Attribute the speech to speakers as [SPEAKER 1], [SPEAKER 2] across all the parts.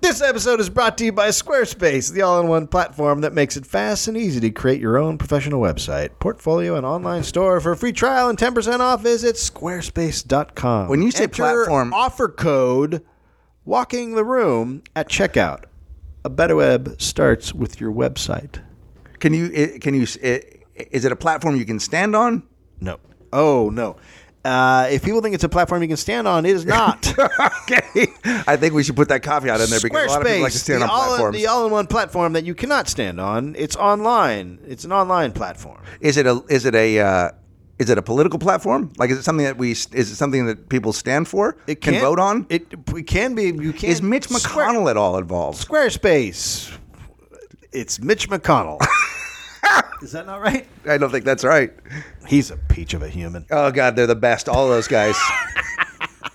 [SPEAKER 1] This episode is brought to you by Squarespace, the all in one platform that makes it fast and easy to create your own professional website, portfolio, and online store. For a free trial and 10% off, visit squarespace.com.
[SPEAKER 2] When you say
[SPEAKER 1] Enter
[SPEAKER 2] platform-
[SPEAKER 1] offer code walking the room at checkout. A better web starts with your website.
[SPEAKER 2] Can you? it- Can you? it- Is it a platform you can stand on?
[SPEAKER 1] No. Oh, no. Uh, if people think it's a platform you can stand on, it is not.
[SPEAKER 2] okay. I think we should put that caveat in there because a lot of people like to stand
[SPEAKER 1] the
[SPEAKER 2] on
[SPEAKER 1] all
[SPEAKER 2] platforms.
[SPEAKER 1] the all-in-one platform that you cannot stand on. It's online. It's an online platform.
[SPEAKER 2] is it a? Is it a? Uh, is it a political platform? Like, is it something that we? Is it something that people stand for?
[SPEAKER 1] It
[SPEAKER 2] can
[SPEAKER 1] can't-
[SPEAKER 2] vote on.
[SPEAKER 1] It, it can be. You can.
[SPEAKER 2] Is Mitch
[SPEAKER 1] Square-
[SPEAKER 2] McConnell at all involved?
[SPEAKER 1] Squarespace. It's Mitch McConnell. is that not right?
[SPEAKER 2] I don't think that's right.
[SPEAKER 1] He's a peach of a human.
[SPEAKER 2] Oh God, they're the best. All those guys.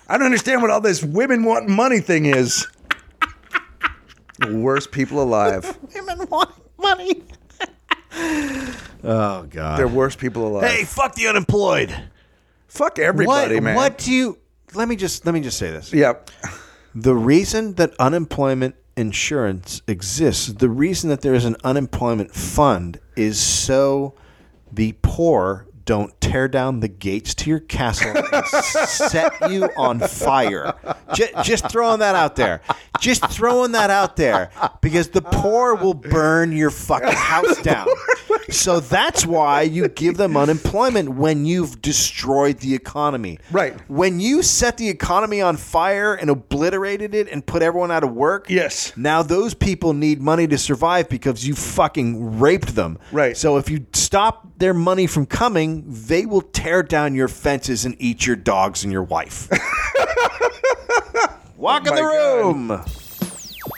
[SPEAKER 2] I don't understand what all this women want money thing is. The Worst people alive.
[SPEAKER 1] Women want money. oh God.
[SPEAKER 2] They're worst people alive.
[SPEAKER 1] hey, fuck the unemployed.
[SPEAKER 2] fuck everybody,
[SPEAKER 1] what?
[SPEAKER 2] man.
[SPEAKER 1] What do you? Let me just let me just say this.
[SPEAKER 2] Yep.
[SPEAKER 1] The reason that unemployment insurance exists, the reason that there is an unemployment fund is so the poor don't tear down the gates to your castle and set you on fire. Ju- just throwing that out there. Just throwing that out there because the poor will burn your fucking house down. So that's why you give them unemployment when you've destroyed the economy.
[SPEAKER 2] Right.
[SPEAKER 1] When you set the economy on fire and obliterated it and put everyone out of work,
[SPEAKER 2] Yes.
[SPEAKER 1] Now those people need money to survive because you fucking raped them.
[SPEAKER 2] Right.
[SPEAKER 1] So if you stop their money from coming, they will tear down your fences and eat your dogs and your wife. Walk in
[SPEAKER 2] Oh my
[SPEAKER 1] the room.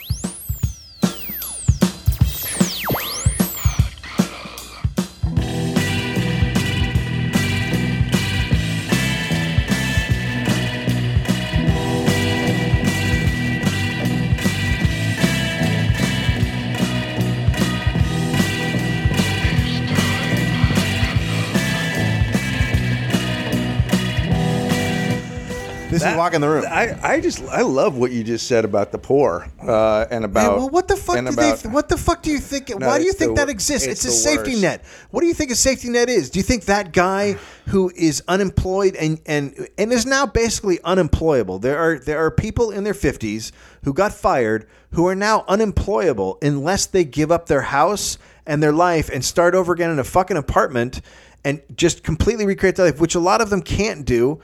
[SPEAKER 1] This is
[SPEAKER 2] That-
[SPEAKER 1] Walk in the room.
[SPEAKER 2] I, I just I love what you just said about the poor uh, and about
[SPEAKER 1] Hey, well, what the fuck do
[SPEAKER 2] and about-
[SPEAKER 1] they? What the fuck do you think? why do you
[SPEAKER 2] it's
[SPEAKER 1] think
[SPEAKER 2] the
[SPEAKER 1] that
[SPEAKER 2] wor-
[SPEAKER 1] exists? It's,
[SPEAKER 2] it's
[SPEAKER 1] a
[SPEAKER 2] the
[SPEAKER 1] safety
[SPEAKER 2] worst.
[SPEAKER 1] net. What do you think a safety net is? Do you think that guy who is unemployed and and and is now basically unemployable? There are there are people in their fifties who got fired who are now unemployable unless they give up their house and their life and start over again in a fucking apartment and just completely recreate their life, which a lot of them can't do.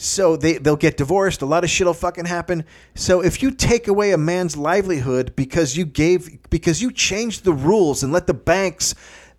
[SPEAKER 1] So they they'll get divorced. A lot of shit'll fucking happen. So if you take away a man's livelihood because you gave because you changed the rules and let the banks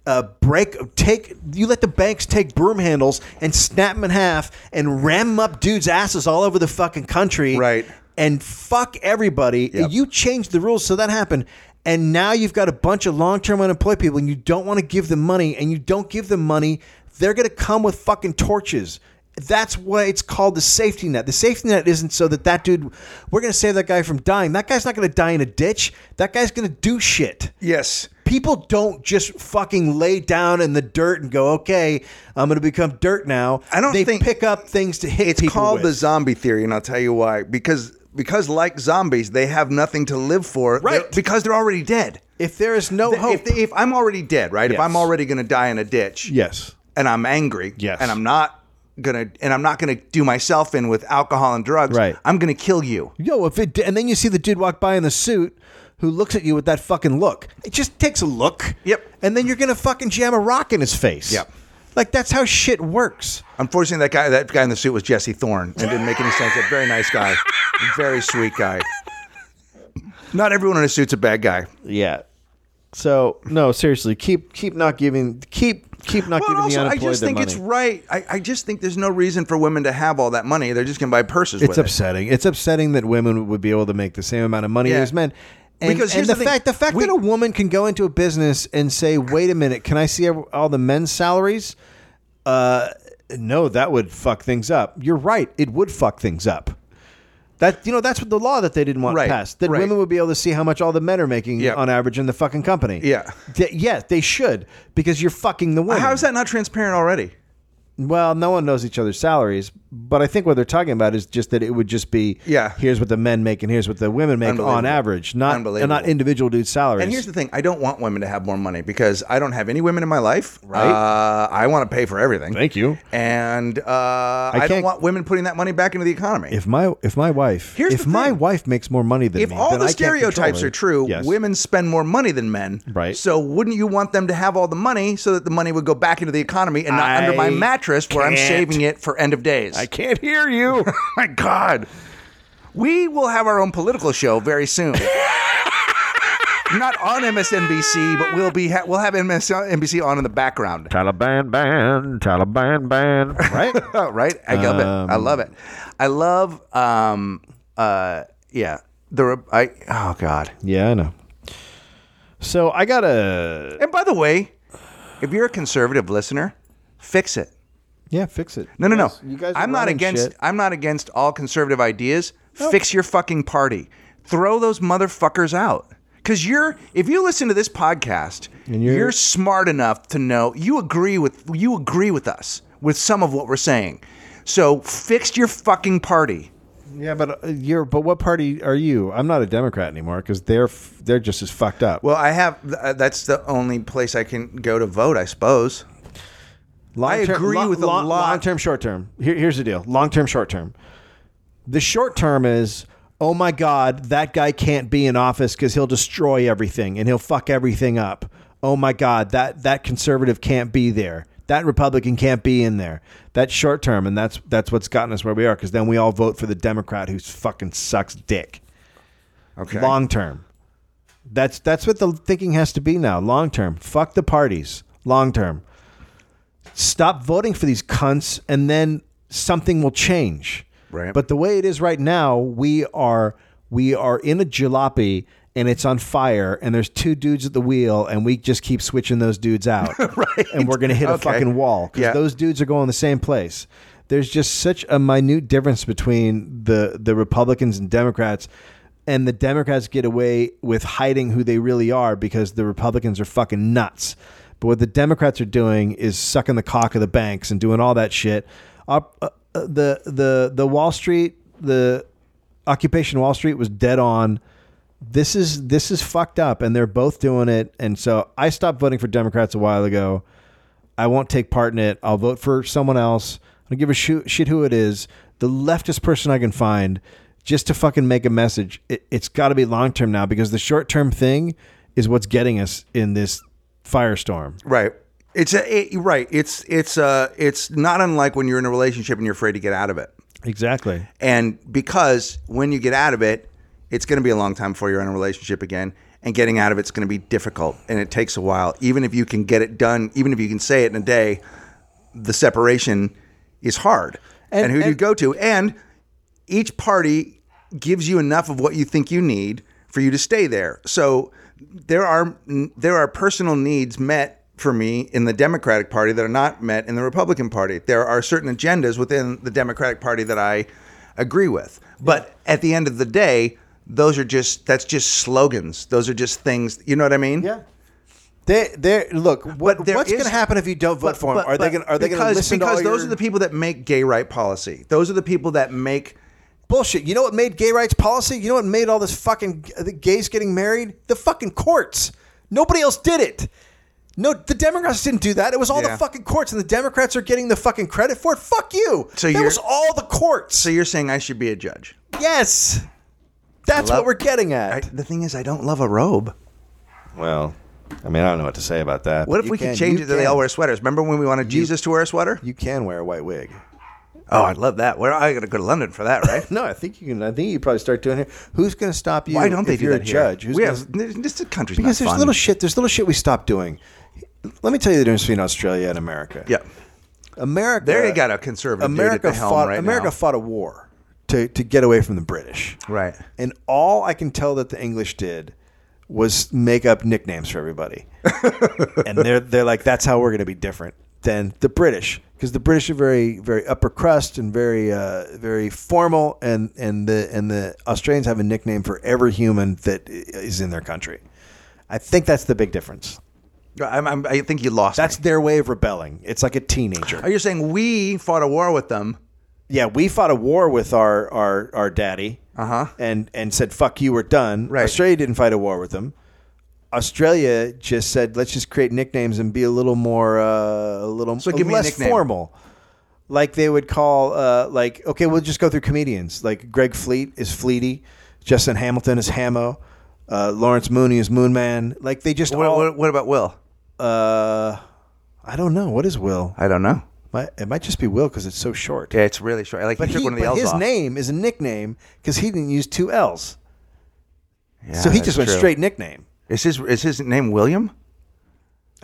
[SPEAKER 1] uh, break take you let the banks take broom handles and snap them in half and ram 'em up dudes' asses all over the fucking country.
[SPEAKER 2] Right.
[SPEAKER 1] And fuck everybody.
[SPEAKER 2] Yep.
[SPEAKER 1] You changed the rules so that happened. And now you've got a bunch of long term unemployed people and you don't want to give them money and you don't give them money, they're going to come with fucking torches. That's why it's called the safety net. The safety net isn't so that that dude, we're going to save that guy from dying. That guy's not going to die in a ditch. That guy's going to do shit.
[SPEAKER 2] yes
[SPEAKER 1] People don't just fucking lay down in the dirt and go, okay, I'm going to become dirt now.
[SPEAKER 2] I don't
[SPEAKER 1] they
[SPEAKER 2] think-
[SPEAKER 1] pick up things to hit
[SPEAKER 2] it's
[SPEAKER 1] people
[SPEAKER 2] called
[SPEAKER 1] with.
[SPEAKER 2] the zombie theory and I'll tell you why because because like zombies they have nothing to live for
[SPEAKER 1] Right.
[SPEAKER 2] They're- because they're already dead.
[SPEAKER 1] If there is no hope,
[SPEAKER 2] If, if I'm already dead, right? If
[SPEAKER 1] Yes.
[SPEAKER 2] I'm already going to die in a ditch,
[SPEAKER 1] yes,
[SPEAKER 2] and I'm angry,
[SPEAKER 1] Yes.
[SPEAKER 2] and I'm not gonna and I'm not gonna do myself in with alcohol and drugs,
[SPEAKER 1] Right.
[SPEAKER 2] I'm gonna kill you.
[SPEAKER 1] Yo, if it and then you see the dude walk by in the suit who looks at you with that fucking look. It just takes a look.
[SPEAKER 2] Yep.
[SPEAKER 1] And then you're gonna fucking jam a rock in his face.
[SPEAKER 2] Yep.
[SPEAKER 1] Like that's how shit works.
[SPEAKER 2] Unfortunately, that guy that guy in the suit was Jesse Thorne, and didn't make any sense. A very nice guy, very sweet guy. Not everyone in a suit's a bad guy.
[SPEAKER 1] Yeah. So no, seriously, keep keep not giving keep keep not
[SPEAKER 2] Well,
[SPEAKER 1] giving the
[SPEAKER 2] also, I
[SPEAKER 1] unemployed
[SPEAKER 2] just
[SPEAKER 1] their
[SPEAKER 2] think
[SPEAKER 1] money.
[SPEAKER 2] it's right. I, I just think there's no reason for women to have all that money. They're just gonna buy purses.
[SPEAKER 1] It's
[SPEAKER 2] with it.
[SPEAKER 1] upsetting. It's upsetting that women would be able to make the same amount of money
[SPEAKER 2] Yeah.
[SPEAKER 1] as men. And,
[SPEAKER 2] Because
[SPEAKER 1] and
[SPEAKER 2] here's
[SPEAKER 1] the,
[SPEAKER 2] the thing.
[SPEAKER 1] fact the fact
[SPEAKER 2] We-
[SPEAKER 1] that a woman can go into a business and say, "Wait a minute, can I see ev- all the men's salaries?" Uh, no, that would fuck things up. You're right; it would fuck things up. That you know, that's what the law that they didn't want
[SPEAKER 2] Right,
[SPEAKER 1] passed. That
[SPEAKER 2] right.
[SPEAKER 1] women would be able to see how much all the men are making
[SPEAKER 2] Yeah.
[SPEAKER 1] on average in the fucking company.
[SPEAKER 2] Yeah.
[SPEAKER 1] Th- yes, they should because you're fucking the women.
[SPEAKER 2] How is that not transparent already?
[SPEAKER 1] Well, no one knows each other's salaries, But I think what they're talking about is just that it would just be
[SPEAKER 2] Yeah.
[SPEAKER 1] Here's what the men make and here's what the women make on
[SPEAKER 2] Unbelievable.
[SPEAKER 1] average, not and not
[SPEAKER 2] Unbelievable.
[SPEAKER 1] individual dudes' salaries.
[SPEAKER 2] And here's the thing: I don't want women to have more money because I don't have any women in my life.
[SPEAKER 1] Right.
[SPEAKER 2] Uh, I want to pay for everything.
[SPEAKER 1] Thank you.
[SPEAKER 2] And uh, I, don't
[SPEAKER 1] can't-
[SPEAKER 2] want women putting that money back into the economy.
[SPEAKER 1] if my if my wife
[SPEAKER 2] Here's
[SPEAKER 1] if
[SPEAKER 2] the
[SPEAKER 1] my
[SPEAKER 2] thing.
[SPEAKER 1] wife makes more money than
[SPEAKER 2] if
[SPEAKER 1] me,
[SPEAKER 2] all
[SPEAKER 1] then
[SPEAKER 2] the
[SPEAKER 1] I can't control
[SPEAKER 2] stereotypes
[SPEAKER 1] her.
[SPEAKER 2] are true,
[SPEAKER 1] Yes.
[SPEAKER 2] women spend more money than men.
[SPEAKER 1] Right.
[SPEAKER 2] So wouldn't you want them to have all the money so that the money would go back into the economy and not
[SPEAKER 1] I
[SPEAKER 2] under my mattress where I'm
[SPEAKER 1] can't.
[SPEAKER 2] saving it for end of days?
[SPEAKER 1] I can't hear you.
[SPEAKER 2] my God. We will have our own political show very soon. Not on MSNBC, but we'll be ha- we'll have MSNBC on in the background.
[SPEAKER 1] Taliban ban, Taliban ban. Right?
[SPEAKER 2] Oh, right? I love it. I
[SPEAKER 1] Um,
[SPEAKER 2] love it. I love um uh yeah. The re- I oh god.
[SPEAKER 1] yeah, I know. So I got to
[SPEAKER 2] And by the way, if you're a conservative listener, fix it.
[SPEAKER 1] yeah, fix it.
[SPEAKER 2] No, no, no.
[SPEAKER 1] You guys are
[SPEAKER 2] I'm not
[SPEAKER 1] running
[SPEAKER 2] against.
[SPEAKER 1] shit.
[SPEAKER 2] I'm not against all conservative ideas. Fix your fucking party. Throw those motherfuckers out. Because you're, if you listen to this podcast,
[SPEAKER 1] And
[SPEAKER 2] you're,
[SPEAKER 1] you're-
[SPEAKER 2] smart enough to know you agree with you agree with us with some of what we're saying. So fix your fucking party.
[SPEAKER 1] Yeah, but uh, you're but what party are you? I'm not a Democrat anymore cuz they're f- they're just as fucked up.
[SPEAKER 2] Well, I have. Uh, that's the only place I can go to vote, I suppose.
[SPEAKER 1] Long
[SPEAKER 2] I agree with a lot-
[SPEAKER 1] Long term, short term. Here, here's the deal: long term, short term. The short term is, oh my god, that guy can't be in office because he'll destroy everything and he'll fuck everything up. Oh my god, that that conservative can't be there. That Republican can't be in there. That's short term, and that's that's what's gotten us where we are. Because then we all vote for the Democrat who's fucking sucks dick.
[SPEAKER 2] Okay.
[SPEAKER 1] Long term. That's that's what the thinking has to be now. Long term. Fuck the parties. Long term. Stop voting for these cunts and then something will change.
[SPEAKER 2] Right.
[SPEAKER 1] But the way it is right now, we are we are in a jalopy and it's on fire and there's two dudes at the wheel and we just keep switching those dudes out. right. And we're going to hit a
[SPEAKER 2] Okay.
[SPEAKER 1] fucking wall cuz
[SPEAKER 2] Yeah.
[SPEAKER 1] those dudes are going the same place. There's just such a minute difference between the the Republicans and Democrats, and the Democrats get away with hiding who they really are because the Republicans are fucking nuts. But what the Democrats are doing is sucking the cock of the banks and doing all that shit. Up uh, uh, the the the Wall Street the occupation Wall Street was dead on. This is this is fucked up, and they're both doing it. And so I stopped voting for Democrats a while ago. I won't take part in it. I'll vote for someone else. I don't give a shoo- shit who it is. The leftist person I can find just to fucking make a message. It, it's got to be long term now because the short term thing is what's getting us in this firestorm.
[SPEAKER 2] Right. It's a it, right. It's it's uh it's not unlike when you're in a relationship and you're afraid to get out of it.
[SPEAKER 1] Exactly.
[SPEAKER 2] And because when you get out of it, it's going to be a long time before you're in a relationship again. And getting out of it's going to be difficult, and it takes a while. Even if you can get it done, even if you can say it in a day, the separation is hard. And,
[SPEAKER 1] And-
[SPEAKER 2] who do you
[SPEAKER 1] and-
[SPEAKER 2] go to? And each party gives you enough of what you think you need for you to stay there. So there are there are personal needs met for me in the Democratic Party that are not met in the Republican Party. There are certain agendas within the Democratic Party that I agree with. But at the end of the day, those are just that's just slogans. Those are just things. You know what I mean?
[SPEAKER 1] They, they look. What,
[SPEAKER 2] But there
[SPEAKER 1] what's
[SPEAKER 2] is-
[SPEAKER 1] going to happen if you don't vote for them?
[SPEAKER 2] But-
[SPEAKER 1] Are they
[SPEAKER 2] but
[SPEAKER 1] going? Are they going to
[SPEAKER 2] because-
[SPEAKER 1] listen
[SPEAKER 2] Because
[SPEAKER 1] to all
[SPEAKER 2] those
[SPEAKER 1] your-
[SPEAKER 2] are the people that make gay right policy. Those are the people that make
[SPEAKER 1] Bullshit. You know what made gay rights policy? You know what made all this fucking the gays getting married? The fucking courts. Nobody else did it. No, the Democrats didn't do that. It was all
[SPEAKER 2] Yeah.
[SPEAKER 1] the fucking courts, and the Democrats are getting the fucking credit for it. Fuck you.
[SPEAKER 2] So
[SPEAKER 1] that
[SPEAKER 2] you're-
[SPEAKER 1] was all the courts.
[SPEAKER 2] So you're saying I should be a judge?
[SPEAKER 1] yes, that's
[SPEAKER 2] love-
[SPEAKER 1] what we're getting
[SPEAKER 2] I,
[SPEAKER 1] at.
[SPEAKER 2] the thing is, I don't love a robe.
[SPEAKER 1] well, I mean, I don't know what to say about that.
[SPEAKER 2] What if we could change it to they all wear sweaters? Remember when we wanted Jesus to wear a sweater?
[SPEAKER 1] You can wear a white wig.
[SPEAKER 2] Oh, I'd love that. Where I gotta go to London for that, right?
[SPEAKER 1] No, I think you can. I think you probably start doing it. Who's going to stop you?
[SPEAKER 2] Why don't they
[SPEAKER 1] if
[SPEAKER 2] do
[SPEAKER 1] you're
[SPEAKER 2] that
[SPEAKER 1] a
[SPEAKER 2] here?
[SPEAKER 1] judge? Who's
[SPEAKER 2] we
[SPEAKER 1] gonna-
[SPEAKER 2] have this- this country's
[SPEAKER 1] Because
[SPEAKER 2] not
[SPEAKER 1] there's
[SPEAKER 2] fun.
[SPEAKER 1] little shit. There's little shit we stopped doing. Let me tell you the difference between Australia and America.
[SPEAKER 2] yeah,
[SPEAKER 1] America.
[SPEAKER 2] there you got a conservative dude at
[SPEAKER 1] America
[SPEAKER 2] the helm
[SPEAKER 1] fought.
[SPEAKER 2] right
[SPEAKER 1] America
[SPEAKER 2] now.
[SPEAKER 1] fought a war to to get away from the British.
[SPEAKER 2] Right.
[SPEAKER 1] And all I can tell that the English did was make up nicknames for everybody. and they're they're like that's how we're going to be different than the British because the British are very very upper crust and very uh, very formal and and the and the Australians have a nickname for every human that i- is in their country. I think that's the big difference.
[SPEAKER 2] I'm, I'm, I think you lost.
[SPEAKER 1] That's
[SPEAKER 2] me.
[SPEAKER 1] their way of rebelling. It's like a teenager.
[SPEAKER 2] Are you saying we fought a war with them,
[SPEAKER 1] yeah, we fought a war with our our our daddy,
[SPEAKER 2] Uh-huh.
[SPEAKER 1] and and said fuck you, we're done.
[SPEAKER 2] Right.
[SPEAKER 1] Australia didn't fight a war with them. Australia just said let's just create nicknames and be a little more uh, a little
[SPEAKER 2] So give me a
[SPEAKER 1] less
[SPEAKER 2] nickname.
[SPEAKER 1] formal. Like they would call uh, like okay, we'll just go through comedians. Like Greg Fleet is Fleety, Justin Hamilton is Hamo, uh, Lawrence Mooney is Moonman. Like they just
[SPEAKER 2] What,
[SPEAKER 1] all,
[SPEAKER 2] what, what about Will?
[SPEAKER 1] uh, I don't know what is Will.
[SPEAKER 2] I don't know.
[SPEAKER 1] Might- It might just be Will because it's so short.
[SPEAKER 2] Yeah, it's really short. Like
[SPEAKER 1] But,
[SPEAKER 2] he took
[SPEAKER 1] he,
[SPEAKER 2] one of the
[SPEAKER 1] but
[SPEAKER 2] L's
[SPEAKER 1] his
[SPEAKER 2] off.
[SPEAKER 1] name is a nickname because he didn't use two L's.
[SPEAKER 2] Yeah,
[SPEAKER 1] so he
[SPEAKER 2] that's
[SPEAKER 1] just went
[SPEAKER 2] true.
[SPEAKER 1] straight nickname.
[SPEAKER 2] Is his is his name William?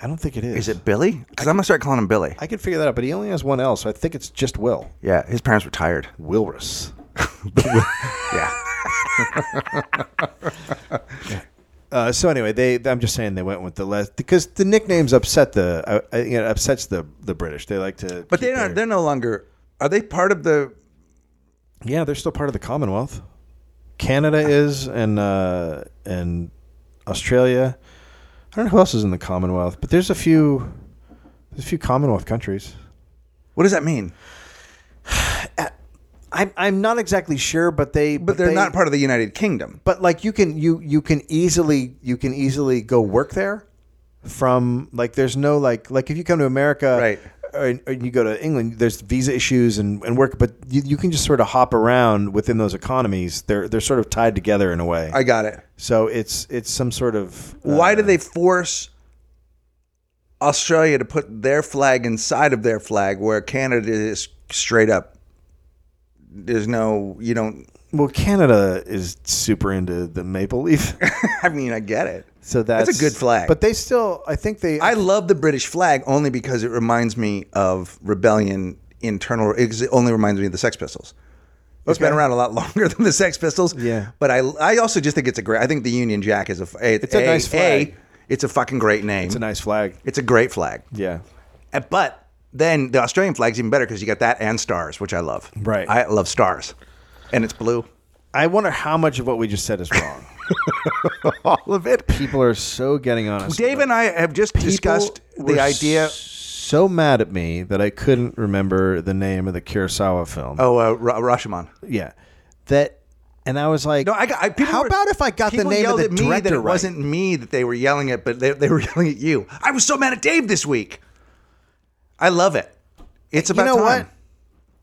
[SPEAKER 1] I don't think it is.
[SPEAKER 2] Is it Billy? Because I'm gonna start calling him Billy.
[SPEAKER 1] I could figure that out, but he only has one L, so I think it's just Will.
[SPEAKER 2] Yeah, his parents were tired.
[SPEAKER 1] Wilrus.
[SPEAKER 2] Yeah.
[SPEAKER 1] Uh, so anyway, they I'm just saying they went with the less because the nicknames upset the uh, uh, you know upsets the the British. They like to
[SPEAKER 2] But they're
[SPEAKER 1] keep
[SPEAKER 2] not.
[SPEAKER 1] their-
[SPEAKER 2] They're no longer. Are they part of the?
[SPEAKER 1] yeah they're still part of the Commonwealth. Canada is and uh, and Australia. I don't know who else is in the Commonwealth, but there's a few there's a few Commonwealth countries.
[SPEAKER 2] What does that mean?
[SPEAKER 1] I'm I'm not exactly sure, but they
[SPEAKER 2] But they're not part of the United Kingdom.
[SPEAKER 1] But like you can you you can easily you can easily go work there from like there's no like like if you come to America
[SPEAKER 2] Right.
[SPEAKER 1] or, or you go to England there's visa issues and, and work but you, you can just sort of hop around within those economies they're they're sort of tied together in a way
[SPEAKER 2] I got it.
[SPEAKER 1] so it's it's some sort of uh,
[SPEAKER 2] Why do they force Australia to put their flag inside of their flag, where Canada is straight up? There's no. You don't.
[SPEAKER 1] well Canada is super into the maple leaf
[SPEAKER 2] I mean, I get it.
[SPEAKER 1] so that's,
[SPEAKER 2] a good flag.
[SPEAKER 1] but they still I think they
[SPEAKER 2] I love the British flag only because it reminds me of rebellion internal. It only reminds me of the Sex Pistols. It's been
[SPEAKER 1] Okay.
[SPEAKER 2] around a lot longer than the Sex Pistols.
[SPEAKER 1] Yeah.
[SPEAKER 2] but I I also just think it's a great. I think the Union Jack is a. f- It's,
[SPEAKER 1] a nice flag.
[SPEAKER 2] it's a fucking great name.
[SPEAKER 1] it's a nice flag
[SPEAKER 2] It's a great flag.
[SPEAKER 1] yeah
[SPEAKER 2] And- But then the Australian flag's even better because you got that and stars, which I love.
[SPEAKER 1] Right.
[SPEAKER 2] I love stars, and it's blue.
[SPEAKER 1] I wonder how much of what we just said is wrong.
[SPEAKER 2] All of it.
[SPEAKER 1] People are so getting on us.
[SPEAKER 2] Dave and I have just
[SPEAKER 1] People
[SPEAKER 2] discussed
[SPEAKER 1] were
[SPEAKER 2] the idea.
[SPEAKER 1] So mad at me that I couldn't remember the name of the Kurosawa film.
[SPEAKER 2] Oh, uh, Ra- Rashomon.
[SPEAKER 1] yeah, that, and I was like,
[SPEAKER 2] No, I got. I, people
[SPEAKER 1] how
[SPEAKER 2] were-
[SPEAKER 1] about if I got the
[SPEAKER 2] people
[SPEAKER 1] name of
[SPEAKER 2] yelled
[SPEAKER 1] the
[SPEAKER 2] at me
[SPEAKER 1] director
[SPEAKER 2] that it
[SPEAKER 1] right?
[SPEAKER 2] wasn't me that they were yelling at, but they, they were yelling at you. I was so mad at Dave this week. I love it. It's
[SPEAKER 1] you
[SPEAKER 2] about
[SPEAKER 1] know
[SPEAKER 2] time.
[SPEAKER 1] what?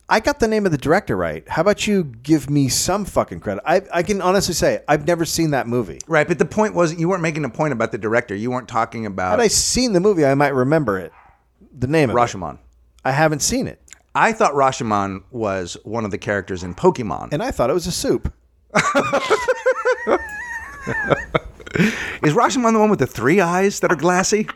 [SPEAKER 1] I got the name of the director right. How about you give me some fucking credit? I, I can honestly say I've never seen that movie.
[SPEAKER 2] Right, but the point wasn't you weren't making a point about the director. You weren't talking about
[SPEAKER 1] Had I seen the movie, I might remember it. The name of it.
[SPEAKER 2] Rashomon.
[SPEAKER 1] I haven't seen it,
[SPEAKER 2] I thought Rashomon was one of the characters in Pokemon.
[SPEAKER 1] and I thought it was a soup.
[SPEAKER 2] Is Rashomon the one with the three eyes that are glassy?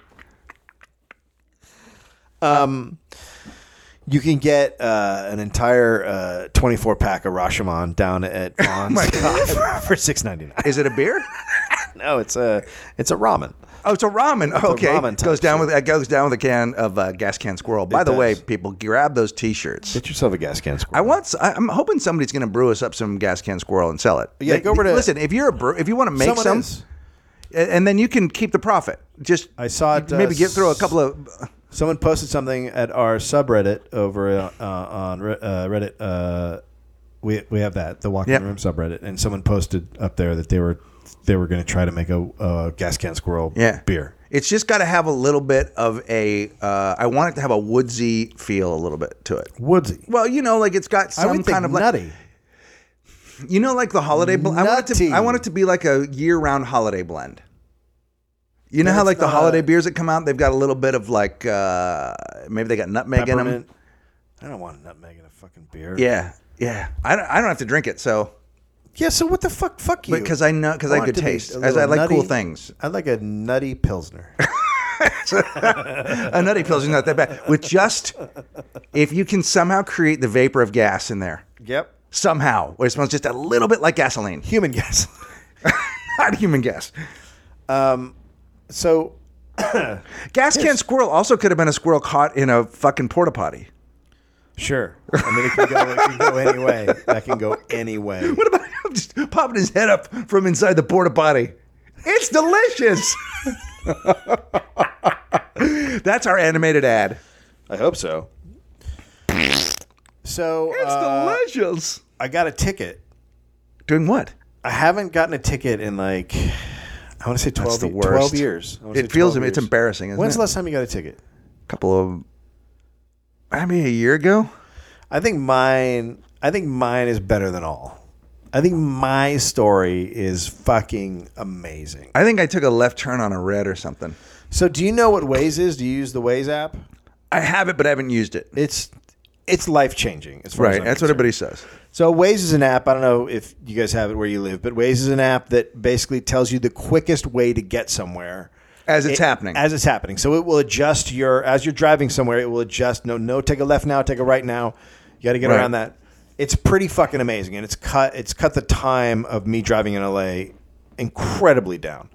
[SPEAKER 1] You can get uh, an entire uh, 24 pack of Rashomon down at Bonds for six ninety nine.
[SPEAKER 2] Is it a beer?
[SPEAKER 1] No, it's a it's a ramen.
[SPEAKER 2] Oh, it's a ramen. okay,
[SPEAKER 1] ramen type
[SPEAKER 2] goes down with it goes down with a can of uh, gas can squirrel. By the way,
[SPEAKER 1] does.
[SPEAKER 2] people, grab those T-shirts.
[SPEAKER 1] Get yourself a gas can
[SPEAKER 2] I
[SPEAKER 1] squirrel.
[SPEAKER 2] want. I- I'm hoping somebody's going to brew us up some gas can squirrel and sell it.
[SPEAKER 1] Yeah,
[SPEAKER 2] They-
[SPEAKER 1] go over to-
[SPEAKER 2] Listen, if you're a brew, if you want to make some, a- and then you can keep the profit. Just
[SPEAKER 1] I saw it, uh,
[SPEAKER 2] maybe get through a couple of.
[SPEAKER 1] Someone posted something at our subreddit over uh, uh, on Re- uh, Reddit. Uh, we we have that the walk in
[SPEAKER 2] Yep.
[SPEAKER 1] the room subreddit, and someone posted up there that they were they were going to try to make a, uh gas can squirrel
[SPEAKER 2] Yeah.
[SPEAKER 1] beer.
[SPEAKER 2] It's just got to have a little bit of a. Uh, I want it to have a woodsy feel, a little bit to it.
[SPEAKER 1] Woodsy.
[SPEAKER 2] Well, you know, like it's got
[SPEAKER 1] I
[SPEAKER 2] some
[SPEAKER 1] would
[SPEAKER 2] kind
[SPEAKER 1] think
[SPEAKER 2] of like,
[SPEAKER 1] nutty.
[SPEAKER 2] you know, like the holiday. Bl- I want it to.
[SPEAKER 1] Nutty.
[SPEAKER 2] I want it to be like a year-round holiday blend. You know
[SPEAKER 1] But
[SPEAKER 2] how
[SPEAKER 1] it's
[SPEAKER 2] like the
[SPEAKER 1] not
[SPEAKER 2] holiday
[SPEAKER 1] a-
[SPEAKER 2] beers that come out, they've got a little bit of like uh, maybe they got nutmeg in them.
[SPEAKER 1] Peppermint. I don't want nutmeg in a fucking beer.
[SPEAKER 2] Yeah, yeah. I don't, I don't have to drink it, so
[SPEAKER 1] Yeah, so what the fuck? Fuck you.
[SPEAKER 2] because I know because I
[SPEAKER 1] want
[SPEAKER 2] could
[SPEAKER 1] it to be
[SPEAKER 2] taste
[SPEAKER 1] a
[SPEAKER 2] as I
[SPEAKER 1] little
[SPEAKER 2] like cool
[SPEAKER 1] nutty.
[SPEAKER 2] things.
[SPEAKER 1] I like a nutty pilsner.
[SPEAKER 2] A nutty pills is not that bad. With just if you can somehow create the vapor of gas in there,
[SPEAKER 1] yep.
[SPEAKER 2] somehow where it smells just a little bit like gasoline,
[SPEAKER 1] Human gas.
[SPEAKER 2] not human gas.
[SPEAKER 1] So
[SPEAKER 2] Gas can squirrel also could have been a squirrel caught in a fucking porta potty.
[SPEAKER 1] sure. I mean, it can go. It can go any way. That can go any way.
[SPEAKER 2] What about him just popping his head up from inside the porta potty? It's delicious. That's our animated ad.
[SPEAKER 1] I hope so. So uh,
[SPEAKER 2] delicious.
[SPEAKER 1] I got a ticket.
[SPEAKER 2] Doing what?
[SPEAKER 1] I haven't gotten a ticket in like I want to say 12,
[SPEAKER 2] the
[SPEAKER 1] ye-
[SPEAKER 2] worst.
[SPEAKER 1] 12 years. I wanna say
[SPEAKER 2] It feels
[SPEAKER 1] 12
[SPEAKER 2] it's
[SPEAKER 1] years.
[SPEAKER 2] embarrassing. Isn't
[SPEAKER 1] When's
[SPEAKER 2] it?
[SPEAKER 1] the last time you got a ticket?
[SPEAKER 2] couple of I mean a year ago?
[SPEAKER 1] I think mine. I think mine is better than all. I think my story is fucking amazing.
[SPEAKER 2] I think I took a left turn on a red or something.
[SPEAKER 1] So, do you know what Waze is? Do you use the Waze app?
[SPEAKER 2] I have it but I haven't used it.
[SPEAKER 1] It's it's life changing. As far as
[SPEAKER 2] Right.
[SPEAKER 1] I'm
[SPEAKER 2] That's what
[SPEAKER 1] concerned.
[SPEAKER 2] everybody says.
[SPEAKER 1] So Waze is an app. I don't know if you guys have it where you live, but Waze is an app that basically tells you the quickest way to get somewhere
[SPEAKER 2] As it's
[SPEAKER 1] It-
[SPEAKER 2] happening.
[SPEAKER 1] As it's happening, so it will adjust your as you're driving somewhere. It will adjust. No, no, take a left now. Take a right now. You got to get
[SPEAKER 2] Right.
[SPEAKER 1] around that. It's pretty fucking amazing, and it's cut. It's cut the time of me driving in LA incredibly down.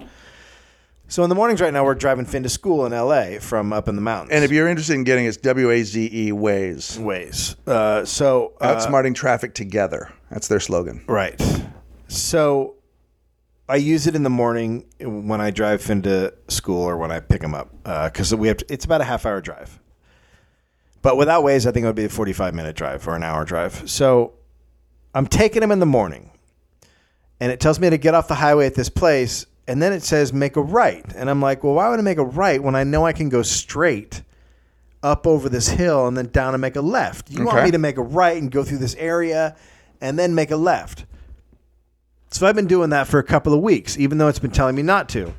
[SPEAKER 1] So in the mornings right now, we're driving Finn to school in LA from up in the mountains.
[SPEAKER 2] and if you're interested in getting it, it's W A Z E Ways.
[SPEAKER 1] Waze. Uh, so uh,
[SPEAKER 2] Outsmarting traffic together. That's their slogan.
[SPEAKER 1] Right. So I use it in the morning when I drive Finn to school or when I pick him up because we have to, it's about a half hour drive. But without Waze, I think it would be a 45 minute drive or an hour drive. So I'm taking him in the morning and it tells me to get off the highway at this place. And then it says make a right. And I'm like, well, why would I make a right when I know I can go straight up over this hill and then down and make a left? You want
[SPEAKER 2] Okay.
[SPEAKER 1] me to make a right and go through this area and then make a left. So I've been doing that for a couple of weeks, even though it's been telling me not to.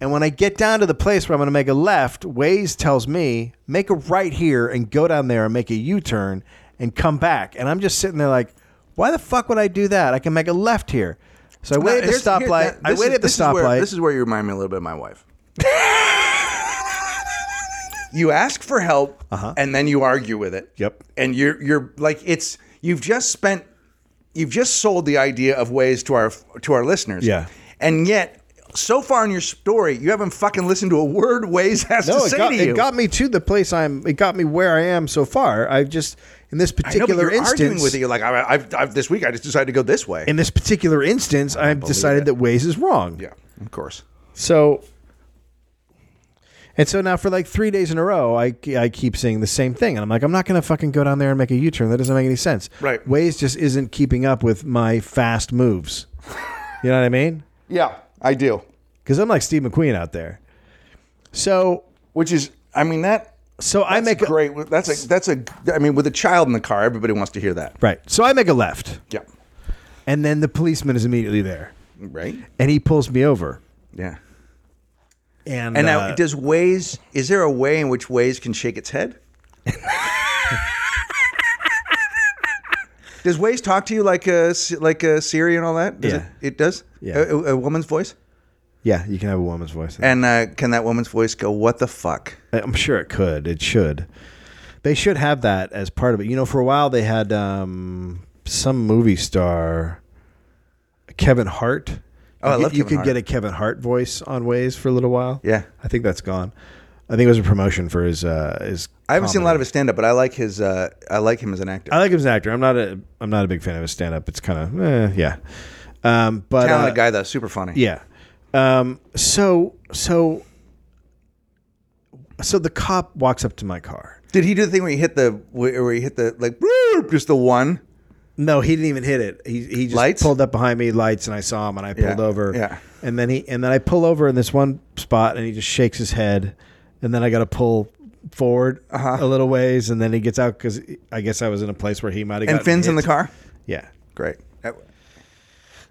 [SPEAKER 1] And when I get down to the place where I'm going to make a left, Waze tells me, make a right here and go down there and make a U turn and come back. And I'm just sitting there like, why the fuck would I do that? I can make a left here. So I waited at the
[SPEAKER 2] Now, here's- here-
[SPEAKER 1] stoplight.
[SPEAKER 2] that-
[SPEAKER 1] I
[SPEAKER 2] this
[SPEAKER 1] waited
[SPEAKER 2] is-
[SPEAKER 1] at the
[SPEAKER 2] this is where-
[SPEAKER 1] stoplight.
[SPEAKER 2] This is where you remind me a little bit of my wife. you ask for help, and then you argue with it.
[SPEAKER 1] Uh-huh. Yep.
[SPEAKER 2] And you're you're like it's you've just spent you've just sold the idea of ways to our to our listeners.
[SPEAKER 1] Yeah.
[SPEAKER 2] And yet. So far in your story, you haven't fucking listened to a word Waze has
[SPEAKER 1] no,
[SPEAKER 2] to
[SPEAKER 1] it
[SPEAKER 2] say
[SPEAKER 1] got,
[SPEAKER 2] to you.
[SPEAKER 1] it got me to the place I'm. It got me where I am so far. I've just in this
[SPEAKER 2] I know, but
[SPEAKER 1] particular
[SPEAKER 2] you're arguing
[SPEAKER 1] instance.
[SPEAKER 2] with it. You're like, I, I've, I've this week I just decided to go this way.
[SPEAKER 1] in this particular instance, I've decided that Waze is wrong.
[SPEAKER 2] yeah, of course.
[SPEAKER 1] So, and so now for like three days in a row, I, I keep seeing the same thing. And I'm like, I'm not going to fucking go down there and make a U turn. That doesn't make any sense.
[SPEAKER 2] Right.
[SPEAKER 1] Waze just isn't keeping up with my fast moves. you know what I mean?
[SPEAKER 2] Yeah, I do.
[SPEAKER 1] Because I'm like Steve McQueen out there. So,
[SPEAKER 2] Which is, I mean, that
[SPEAKER 1] so I make a,
[SPEAKER 2] great. That's a that's a. I mean, with a child in the car, everybody wants to hear that.
[SPEAKER 1] right. So I make a left,
[SPEAKER 2] Yeah.
[SPEAKER 1] and then the policeman is immediately there,
[SPEAKER 2] Right.
[SPEAKER 1] and he pulls me over.
[SPEAKER 2] Yeah.
[SPEAKER 1] And
[SPEAKER 2] And
[SPEAKER 1] uh,
[SPEAKER 2] now, does Waze? Is there a way in which Waze can shake its head? does Waze talk to you like a like a Siri and all that? Does
[SPEAKER 1] Yeah.
[SPEAKER 2] It, it does.
[SPEAKER 1] Yeah.
[SPEAKER 2] A, a- a woman's voice.
[SPEAKER 1] yeah, you can have a woman's voice.
[SPEAKER 2] And uh, can that woman's voice go? What the fuck?
[SPEAKER 1] I'm sure it could. It should. They should have that as part of it. You know, for a while they had um, some movie star, Kevin Hart.
[SPEAKER 2] Oh, I
[SPEAKER 1] you,
[SPEAKER 2] love
[SPEAKER 1] you
[SPEAKER 2] Kevin
[SPEAKER 1] could
[SPEAKER 2] Hart.
[SPEAKER 1] get a Kevin Hart voice on Waze for a little while.
[SPEAKER 2] Yeah.
[SPEAKER 1] I think that's gone. I think it was a promotion for his uh, his.
[SPEAKER 2] I haven't seen a
[SPEAKER 1] comedy.
[SPEAKER 2] lot of his stand up, but I like his. Uh, I like him as an actor.
[SPEAKER 1] I like him as an actor. I'm not a I'm not a big fan of his stand up. It's kind of eh, yeah, um, but uh,
[SPEAKER 2] Talented guy though, super funny.
[SPEAKER 1] Yeah. Um, so so so the cop walks up to my car.
[SPEAKER 2] Did he do the thing where he hit the where where he hit the like "Broop," just the one?
[SPEAKER 1] No, he didn't even hit it. He he just
[SPEAKER 2] Lights?
[SPEAKER 1] pulled up behind me, lights, and I saw him, and I pulled
[SPEAKER 2] Yeah,
[SPEAKER 1] over.
[SPEAKER 2] yeah.
[SPEAKER 1] And then he and then I pull over in this one spot, and he just shakes his head, and then I got to pull forward
[SPEAKER 2] Uh-huh.
[SPEAKER 1] a little ways, and then he gets out because I guess I was in a place where he might have.
[SPEAKER 2] And
[SPEAKER 1] gotten
[SPEAKER 2] Finn's in the
[SPEAKER 1] hit.
[SPEAKER 2] car.
[SPEAKER 1] Yeah.
[SPEAKER 2] Great. That-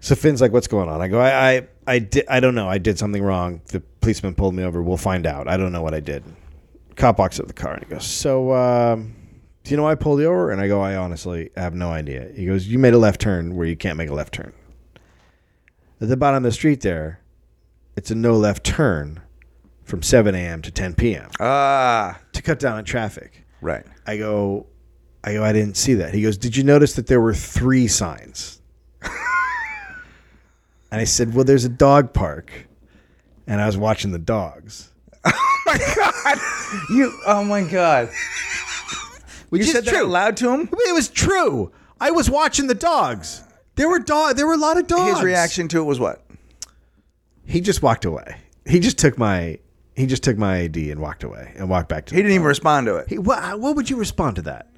[SPEAKER 1] So Finn's like, "What's going on?" I go, "I I I, di- I don't know. I did something wrong. The policeman pulled me over. We'll find out. I don't know what I did." Cop walks up the car and he goes, "So, um, do you know why I pulled you over?" And I go, "I honestly have no idea." He goes, "You made a left turn where you can't make a left turn. At the bottom of the street there, it's a no left turn from 7 a.m. to 10 p.m.
[SPEAKER 2] Ah,
[SPEAKER 1] to cut down on traffic."
[SPEAKER 2] right.
[SPEAKER 1] I go, I go, I didn't see that. He goes, Did you notice that there were three signs? and I said, Well, there's a dog park. And I was watching the dogs.
[SPEAKER 2] You. Oh my god.
[SPEAKER 1] Well,
[SPEAKER 2] You said that out loud to him.
[SPEAKER 1] It was true. I was watching the dogs. There were dog. There were a lot of dogs.
[SPEAKER 2] His reaction to it was what?
[SPEAKER 1] He just walked away. He just took my. He just took my ID and walked away and walked back to.
[SPEAKER 2] Uh,
[SPEAKER 1] uh,
[SPEAKER 2] He didn't even respond to it.
[SPEAKER 1] He, what, what would you respond to that?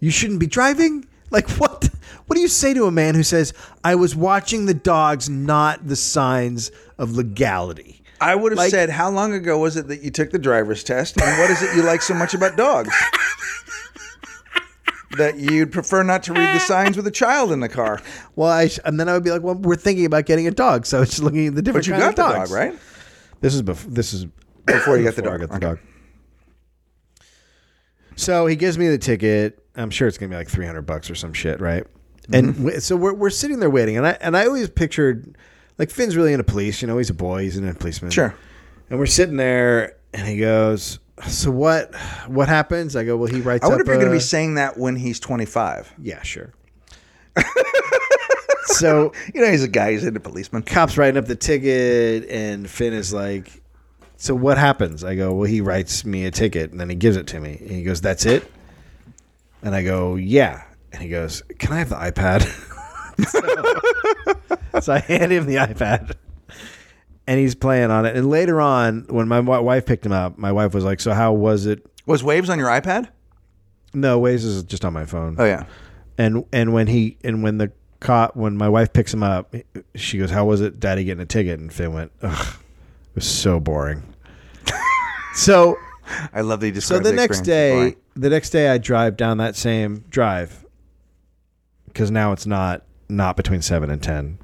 [SPEAKER 1] you shouldn't be driving? Like what? What do you say to a man who says, "I was watching the dogs, not the signs of legality"?
[SPEAKER 2] I would have
[SPEAKER 1] Like-
[SPEAKER 2] said, how long ago was it that you took the driver's test? And what is it you like so much about dogs? that you'd prefer not to read the signs with a child in the car.
[SPEAKER 1] Well, I sh- and then I would be like, "Well, we're thinking about getting a dog, so I was just looking at the different
[SPEAKER 2] But you
[SPEAKER 1] kind
[SPEAKER 2] got
[SPEAKER 1] of
[SPEAKER 2] the
[SPEAKER 1] dogs.
[SPEAKER 2] dog, right?
[SPEAKER 1] This is bef- this is
[SPEAKER 2] Before you got the
[SPEAKER 1] before
[SPEAKER 2] dog.
[SPEAKER 1] I got the
[SPEAKER 2] Okay.
[SPEAKER 1] dog. So he gives me the ticket. I'm sure it's gonna be like 300 bucks or some shit, right? And
[SPEAKER 2] Mm-hmm.
[SPEAKER 1] w- so we're, we're sitting there waiting, and I and I always pictured like Finn's really into police. You know, he's a boy, he's a policeman.
[SPEAKER 2] Sure.
[SPEAKER 1] And we're sitting there, and he goes, "So what? What happens?" I go, "Well, he writes."
[SPEAKER 2] I wonder
[SPEAKER 1] up
[SPEAKER 2] if you're going to
[SPEAKER 1] a-
[SPEAKER 2] be saying that when he's 25.
[SPEAKER 1] Yeah, sure. so
[SPEAKER 2] You know, he's a guy, he's into policeman.
[SPEAKER 1] cops writing up the ticket and Finn is like so what happens I go well he writes me a ticket and then he gives it to me and he goes that's it and I go yeah and he goes can I have the iPad so, so I hand him the iPad and he's playing on it and later on when my wi- wife picked him up my wife was like so how was it
[SPEAKER 2] Was Waves on your iPad?
[SPEAKER 1] no Waze is just on my phone
[SPEAKER 2] Oh, yeah.
[SPEAKER 1] and and when he and when the cop when my wife picks him up she goes how was it daddy getting a ticket and finn went Ugh, it was so boring so
[SPEAKER 2] I love that he
[SPEAKER 1] so
[SPEAKER 2] described
[SPEAKER 1] the next day
[SPEAKER 2] experience
[SPEAKER 1] the next day i drive down that same drive because now it's not not between 7 and 10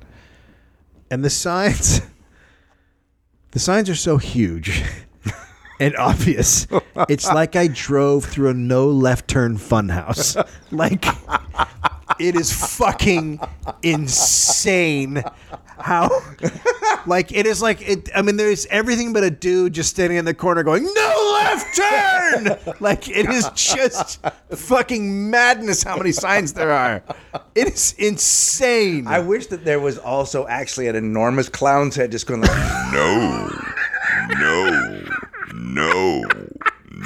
[SPEAKER 1] and the signs the signs are so huge and obvious it's like i drove through a no left turn funhouse like it is fucking insane how like it is like it i mean there's everything but a dude just standing in the corner going no left turn like it is just fucly madness how many signs there are it is insane
[SPEAKER 2] I wish that there was also actually an enormous clown's head just going like,
[SPEAKER 3] No. No. No.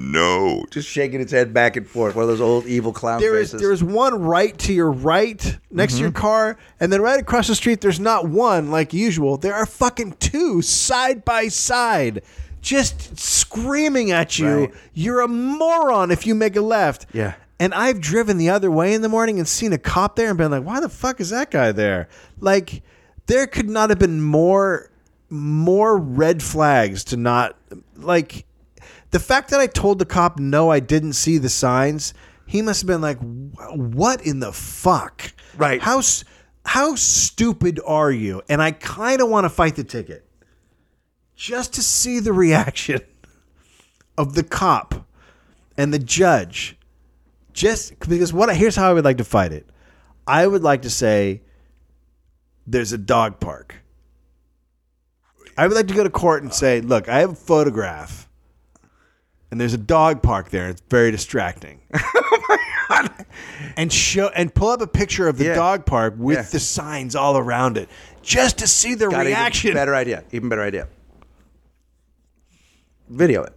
[SPEAKER 3] No.
[SPEAKER 2] just shaking its head back and forth. One of those old evil clown
[SPEAKER 1] There is
[SPEAKER 2] faces. Mm-hmm.
[SPEAKER 1] there is one right to your right next to your car, and then right across the street, there's not one like usual. There are fucking two side by side, just screaming at you.
[SPEAKER 2] Right.
[SPEAKER 1] You're a moron if you make a left.
[SPEAKER 2] Yeah.
[SPEAKER 1] And I've driven the other way in the morning and seen a cop there and been like, why the fuck is that guy there? Like, there could not have been more more red flags to not like the fact that I told the cop no, I didn't see the signs. He must have been like, "Wh- "What in the fuck?"
[SPEAKER 2] Right.
[SPEAKER 1] How s- how stupid are you? And I kind of want to fight the ticket just to see the reaction of the cop and the judge. Just because what here's how I would like to fight it. I would like to say there's a dog park. I would like to go to court and say, look, I have a photograph and there's a dog park there. It's very distracting.
[SPEAKER 2] Oh
[SPEAKER 1] And show and pull up a picture of the
[SPEAKER 2] Yeah.
[SPEAKER 1] dog park with
[SPEAKER 2] Yeah.
[SPEAKER 1] the signs all around it just to see the
[SPEAKER 2] Got an even
[SPEAKER 1] reaction.
[SPEAKER 2] better idea. Even better idea. Video it.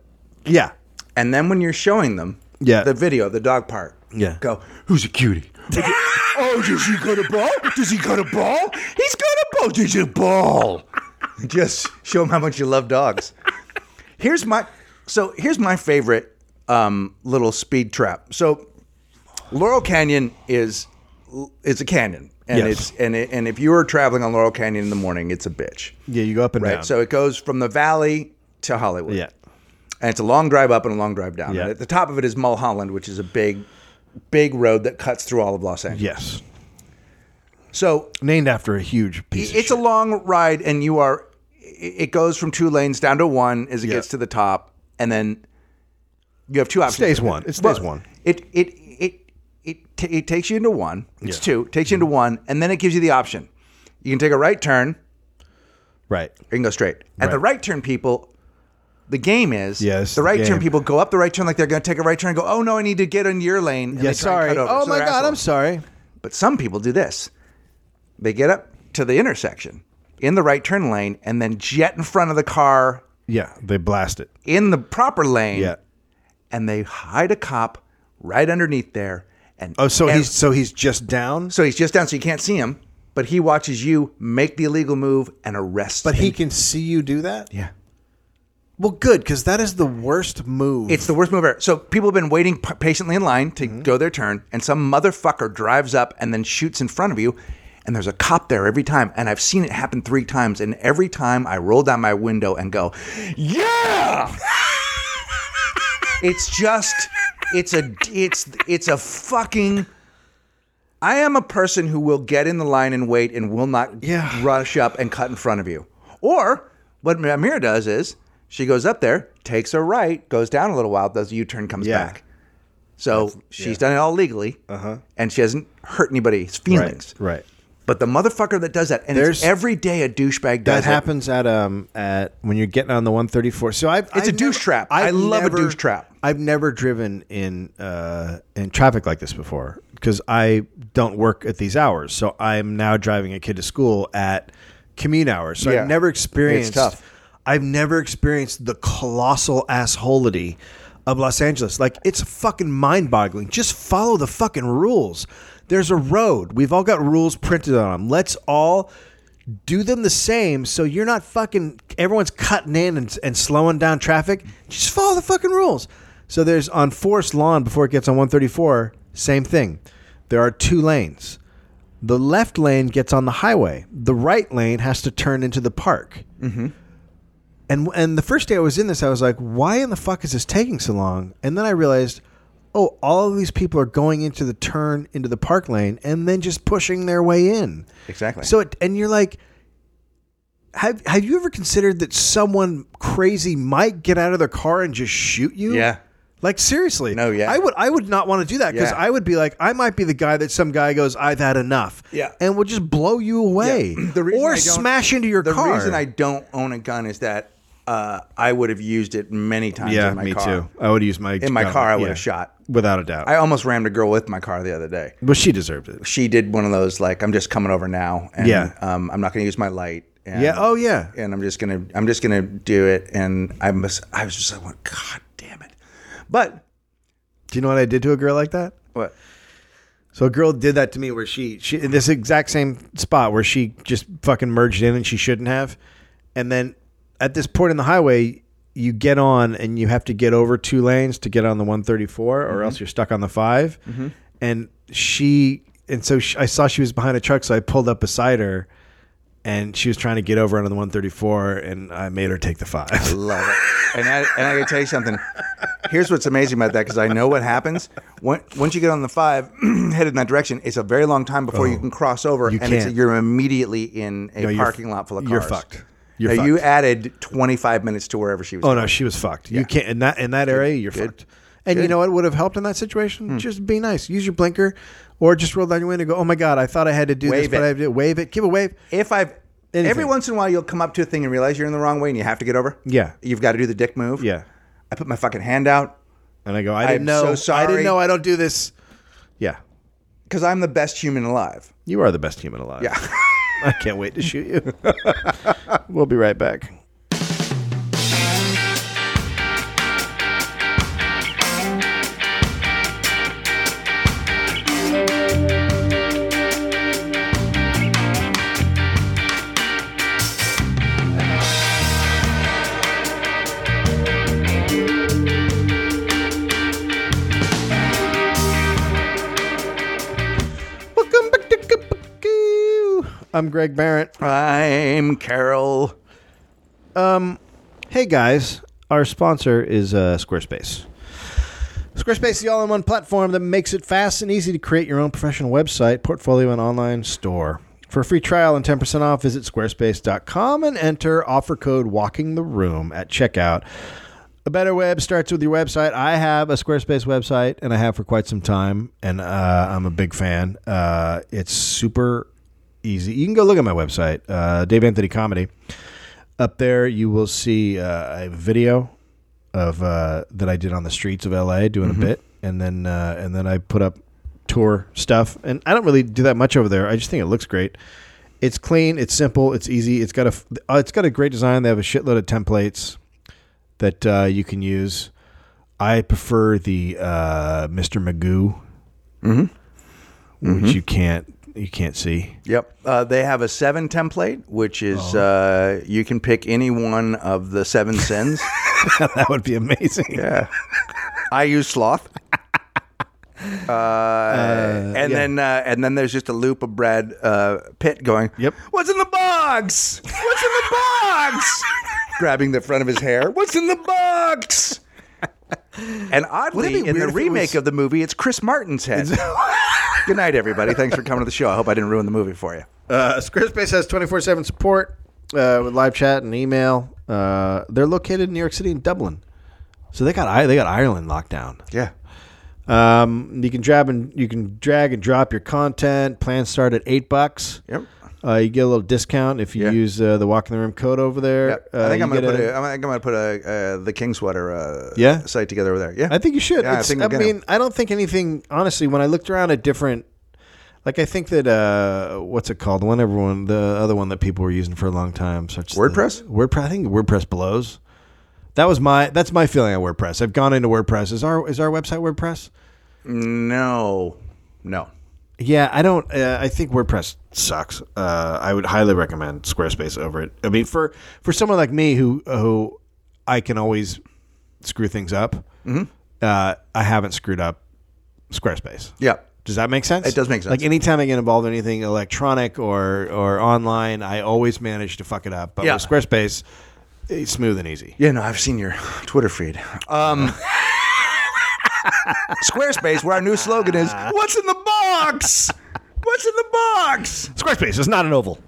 [SPEAKER 1] Yeah.
[SPEAKER 2] And then when you're showing them
[SPEAKER 1] Yeah.
[SPEAKER 2] the video, the dog part,
[SPEAKER 1] Yeah.
[SPEAKER 2] go, who's a cutie? oh, does he got a ball? Does he got a ball? He's got a ball. Does he ball? Just show him how much you love dogs. Here's my so here's my favorite um, little speed trap. So Laurel Canyon is it's a canyon, and
[SPEAKER 1] Yes.
[SPEAKER 2] it's and it, and if you were traveling on Laurel Canyon in the morning, it's a bitch.
[SPEAKER 1] Yeah, you go up and
[SPEAKER 2] Right.
[SPEAKER 1] down.
[SPEAKER 2] So it goes from the valley to Hollywood.
[SPEAKER 1] yeah.
[SPEAKER 2] And it's a long drive up and a long drive down.
[SPEAKER 1] Yeah.
[SPEAKER 2] And at the top of it is Mulholland, which is a big, big road that cuts through all of Los Angeles.
[SPEAKER 1] Yes.
[SPEAKER 2] So
[SPEAKER 1] Named after a huge piece. of
[SPEAKER 2] it's a long ride, and you are, it goes from two lanes down to one as it
[SPEAKER 1] Yeah.
[SPEAKER 2] gets to the top. And then you have two options.
[SPEAKER 1] stays one. It stays
[SPEAKER 2] Well,
[SPEAKER 1] one.
[SPEAKER 2] It, it, it, it, t- it takes you into one. It's two, It takes you into one. And then it gives you the option. You can take a right turn
[SPEAKER 1] right.
[SPEAKER 2] You can go straight. At the right turn, people, the game is
[SPEAKER 1] Yeah, this is
[SPEAKER 2] the
[SPEAKER 1] the
[SPEAKER 2] right turn
[SPEAKER 1] game.
[SPEAKER 2] people go up the right turn like they're going to take a right turn and go, oh no, I need to get in your lane. And
[SPEAKER 1] Yeah,
[SPEAKER 2] they try and
[SPEAKER 1] sorry.
[SPEAKER 2] cut over.
[SPEAKER 1] Oh
[SPEAKER 2] So
[SPEAKER 1] my
[SPEAKER 2] they're
[SPEAKER 1] god, I'm
[SPEAKER 2] assholes.
[SPEAKER 1] sorry.
[SPEAKER 2] But some people do this. They get up to the intersection in the right turn lane and then jet in front of the car
[SPEAKER 1] Yeah, they blast it.
[SPEAKER 2] in the proper lane
[SPEAKER 1] Yeah.
[SPEAKER 2] and they hide a cop right underneath there. And
[SPEAKER 1] Oh, so
[SPEAKER 2] and-
[SPEAKER 1] he's so he's just down.
[SPEAKER 2] so he's just down, so you can't see him, but he watches you make the illegal move and arrest.
[SPEAKER 1] But
[SPEAKER 2] him.
[SPEAKER 1] he can see you do that?
[SPEAKER 2] yeah,
[SPEAKER 1] Well, good because that is the worst move.
[SPEAKER 2] It's the worst move ever. So people have been waiting p- patiently in line to go their turn, and some motherfucker drives up and then shoots in front of you. And there's a cop there every time. And I've seen it happen three times. And every time I roll down my window and go, Yeah! it's just, it's a, it's, it's a fucking. I am a person who will get in the line and wait and will not
[SPEAKER 1] Yeah.
[SPEAKER 2] rush up and cut in front of you. Or what Amira does is she goes up there, takes a right, goes down a little while, does a U turn, comes
[SPEAKER 1] Yeah. Uh-huh.
[SPEAKER 2] back. So she's done it all legally, and she hasn't hurt anybody's feelings.
[SPEAKER 1] right.
[SPEAKER 2] But the motherfucker that does that, and it's
[SPEAKER 1] There's-
[SPEAKER 2] every day a douchebag
[SPEAKER 1] That
[SPEAKER 2] does it.
[SPEAKER 1] happens at um at when you're getting on the 134. So I
[SPEAKER 2] It's a douche trap. I love a douche trap.
[SPEAKER 1] I've never driven in uh in traffic like this before because I don't work at these hours. So I'm now driving a kid to school at commute hours. So
[SPEAKER 2] Yeah.
[SPEAKER 1] I've never experienced
[SPEAKER 2] It's tough.
[SPEAKER 1] I've never experienced the colossal assholity of Los Angeles. Like it's fucking mind-boggling. Just follow the fucking rules. There's a road. We've all got rules printed on them. Let's all do them the same so you're not fucking everyone's cutting in and, and slowing down traffic. Just follow the fucking rules. So there's on Forest Lawn before it gets on 134, same thing. There are two lanes. The left lane gets on the highway. The right lane has to turn into the park.
[SPEAKER 2] Mm-hmm.
[SPEAKER 1] And and the first day I was in this, I was like, why in the fuck is this taking so long? And then I realized, oh, all of these people are going into the turn into the park lane and then just pushing their way in.
[SPEAKER 2] Exactly.
[SPEAKER 1] So it, and you're like, have have you ever considered that someone crazy might get out of their car and just shoot you?
[SPEAKER 2] Yeah.
[SPEAKER 1] Like seriously.
[SPEAKER 2] No, yeah.
[SPEAKER 1] I would I would not want to do that because
[SPEAKER 2] Yeah.
[SPEAKER 1] I would be like, I might be the guy that some guy goes, I've had enough.
[SPEAKER 2] Yeah.
[SPEAKER 1] And will just blow you away.
[SPEAKER 2] The reason I
[SPEAKER 1] or
[SPEAKER 2] don't-
[SPEAKER 1] smash into your
[SPEAKER 2] the
[SPEAKER 1] car.
[SPEAKER 2] reason I don't own a gun is that uh, I would have used it many times.
[SPEAKER 1] Yeah,
[SPEAKER 2] in my
[SPEAKER 1] me
[SPEAKER 2] car.
[SPEAKER 1] too. I would use my
[SPEAKER 2] In my
[SPEAKER 1] gun.
[SPEAKER 2] car, I would
[SPEAKER 1] Yeah.
[SPEAKER 2] have shot.
[SPEAKER 1] without a doubt.
[SPEAKER 2] I almost rammed a girl with my car the other day.
[SPEAKER 1] but she deserved it.
[SPEAKER 2] She did one of those like I'm just coming over now, and
[SPEAKER 1] Yeah.
[SPEAKER 2] um, I'm not going to use my light. And,
[SPEAKER 1] Yeah. Oh yeah.
[SPEAKER 2] and I'm just gonna I'm just gonna do it, and I must. I was just like, God damn it! But
[SPEAKER 1] Do you know what I did to a girl like that?
[SPEAKER 2] what?
[SPEAKER 1] So a girl did that to me where she she in this exact same spot where she just fucking merged in and she shouldn't have. And then at this point in the highway, you get on and you have to get over two lanes to get on the 134 or else you're stuck on the 5. And she and so she, I saw she was behind a truck so I pulled up beside her and she was trying to get over onto the 134 and I made her take the 5.
[SPEAKER 2] Love it. And I, and I gotta tell you something. Here's what's amazing about that because I know what happens. When, once you get on the five, headed in that direction, it's a very long time before you can cross over,
[SPEAKER 1] Oh. you
[SPEAKER 2] and it's,
[SPEAKER 1] can't.
[SPEAKER 2] you're immediately in a
[SPEAKER 1] No, you're-
[SPEAKER 2] parking lot full of cars.
[SPEAKER 1] you're fucked. You're
[SPEAKER 2] Now, You
[SPEAKER 1] fucked.
[SPEAKER 2] added 25 minutes to wherever she was.
[SPEAKER 1] Oh no, she was fucked. You can't in that in that area. You're fucked. And you know what would have helped in that situation? Just be nice. Use your blinker, or just roll down your window. and Go. Oh my god, I thought I had to do
[SPEAKER 2] Wave
[SPEAKER 1] this, but
[SPEAKER 2] it.
[SPEAKER 1] I did wave it. Give a wave.
[SPEAKER 2] If I've
[SPEAKER 1] Anything.
[SPEAKER 2] every once in a while you'll come up to a thing and realize you're in the wrong way and you have to get over.
[SPEAKER 1] Yeah.
[SPEAKER 2] You've got to do the dick move.
[SPEAKER 1] Yeah.
[SPEAKER 2] I put my fucking hand out
[SPEAKER 1] And I go. I didn't
[SPEAKER 2] I'm
[SPEAKER 1] know.
[SPEAKER 2] so
[SPEAKER 1] I
[SPEAKER 2] sorry.
[SPEAKER 1] didn't know. I don't do this. Yeah.
[SPEAKER 2] because I'm the best human alive.
[SPEAKER 1] You are the best human alive.
[SPEAKER 2] Yeah.
[SPEAKER 1] I can't wait to shoot you. we'll be right back. Welcome back to Kabuki. I'm Greg Barrett.
[SPEAKER 2] I'm Carol.
[SPEAKER 1] Hey guys, our sponsor is uh, Squarespace. Squarespace is the all in one platform that makes it fast and easy to create your own professional website, portfolio, and online store. For a free trial and 10% off, visit squarespace.com and enter offer code Walking the Room at checkout. A better web starts with your website. I have a Squarespace website, and I have for quite some time, and uh, I'm a big fan. Uh, it's super easy. You can go look at my website, uh, Dave Anthony Comedy up there you will see uh, a video of uh, that I did on the streets of LA doing a bit and then uh, and then I put up tour stuff and I don't really do that much over there I just think it looks great it's clean it's simple it's easy it's got a f- uh, it's got a great design they have a shitload of templates that uh, you can use I prefer the uh, Mr. Magoo which you can't you can't see.
[SPEAKER 2] Yep. Uh, they have a seven template, which is
[SPEAKER 1] Oh.
[SPEAKER 2] uh, you can pick any one of the seven sins.
[SPEAKER 1] that would be amazing.
[SPEAKER 2] yeah. I use sloth. Uh, and then uh, and then there's just a loop of bread uh, pit going.
[SPEAKER 1] Yep.
[SPEAKER 2] What's in the box? What's in the box? Grabbing the front of his hair. What's in the box?
[SPEAKER 1] Wouldn't
[SPEAKER 2] And
[SPEAKER 1] it
[SPEAKER 2] oddly,
[SPEAKER 1] be
[SPEAKER 2] in the
[SPEAKER 1] weird if it
[SPEAKER 2] remake
[SPEAKER 1] was-
[SPEAKER 2] of the movie, it's Chris Martin's head. Good night, everybody. Thanks for coming to the show. I hope I didn't ruin the movie for you.
[SPEAKER 1] Uh, Squarespace has 24 7 support uh, with live chat and email. Uh, they're located in New York City and Dublin. So they got I- they got Ireland locked down.
[SPEAKER 2] Yeah.
[SPEAKER 1] Um, you can drag and you can drag and drop your content. Plans start at eight bucks.
[SPEAKER 2] Yep.
[SPEAKER 1] Uh, you get a little discount if you
[SPEAKER 2] Yeah.
[SPEAKER 1] use uh, the walk in the room code over there.
[SPEAKER 2] Yep.
[SPEAKER 1] Uh,
[SPEAKER 2] I think
[SPEAKER 1] you
[SPEAKER 2] I'm gonna
[SPEAKER 1] get
[SPEAKER 2] put a, I think I'm gonna put a uh, the King sweater uh,
[SPEAKER 1] Yeah?
[SPEAKER 2] site together over there. Yeah.
[SPEAKER 1] I think you should.
[SPEAKER 2] Yeah, I
[SPEAKER 1] It's- I,
[SPEAKER 2] think I'm gonna.
[SPEAKER 1] mean, I don't think anything. Honestly, when I looked around at different, like I think that uh, what's it called? The one everyone, the other one that people were using for a long time, such as the-
[SPEAKER 2] WordPress?
[SPEAKER 1] WordPress. I think WordPress blows. That was my. That's my feeling on WordPress. I've gone into WordPress. Is our is our website WordPress?
[SPEAKER 2] No, no.
[SPEAKER 1] Yeah, I don't. Uh, I think WordPress sucks. Uh, I would highly recommend Squarespace over it. I mean, for for someone like me who who I can always screw things up,
[SPEAKER 2] Mm-hmm.
[SPEAKER 1] uh, I haven't screwed up Squarespace.
[SPEAKER 2] Yeah,
[SPEAKER 1] Does that make sense?
[SPEAKER 2] It does make sense.
[SPEAKER 1] Like anytime I get involved in anything electronic or or online, I always manage to fuck it up. But
[SPEAKER 2] Yeah.
[SPEAKER 1] with Squarespace, it's smooth and easy.
[SPEAKER 2] yeah. No, I've seen your Twitter feed. Um, Squarespace, where our new slogan is "What's in the box? What's in the box?"
[SPEAKER 1] Squarespace is not an oval.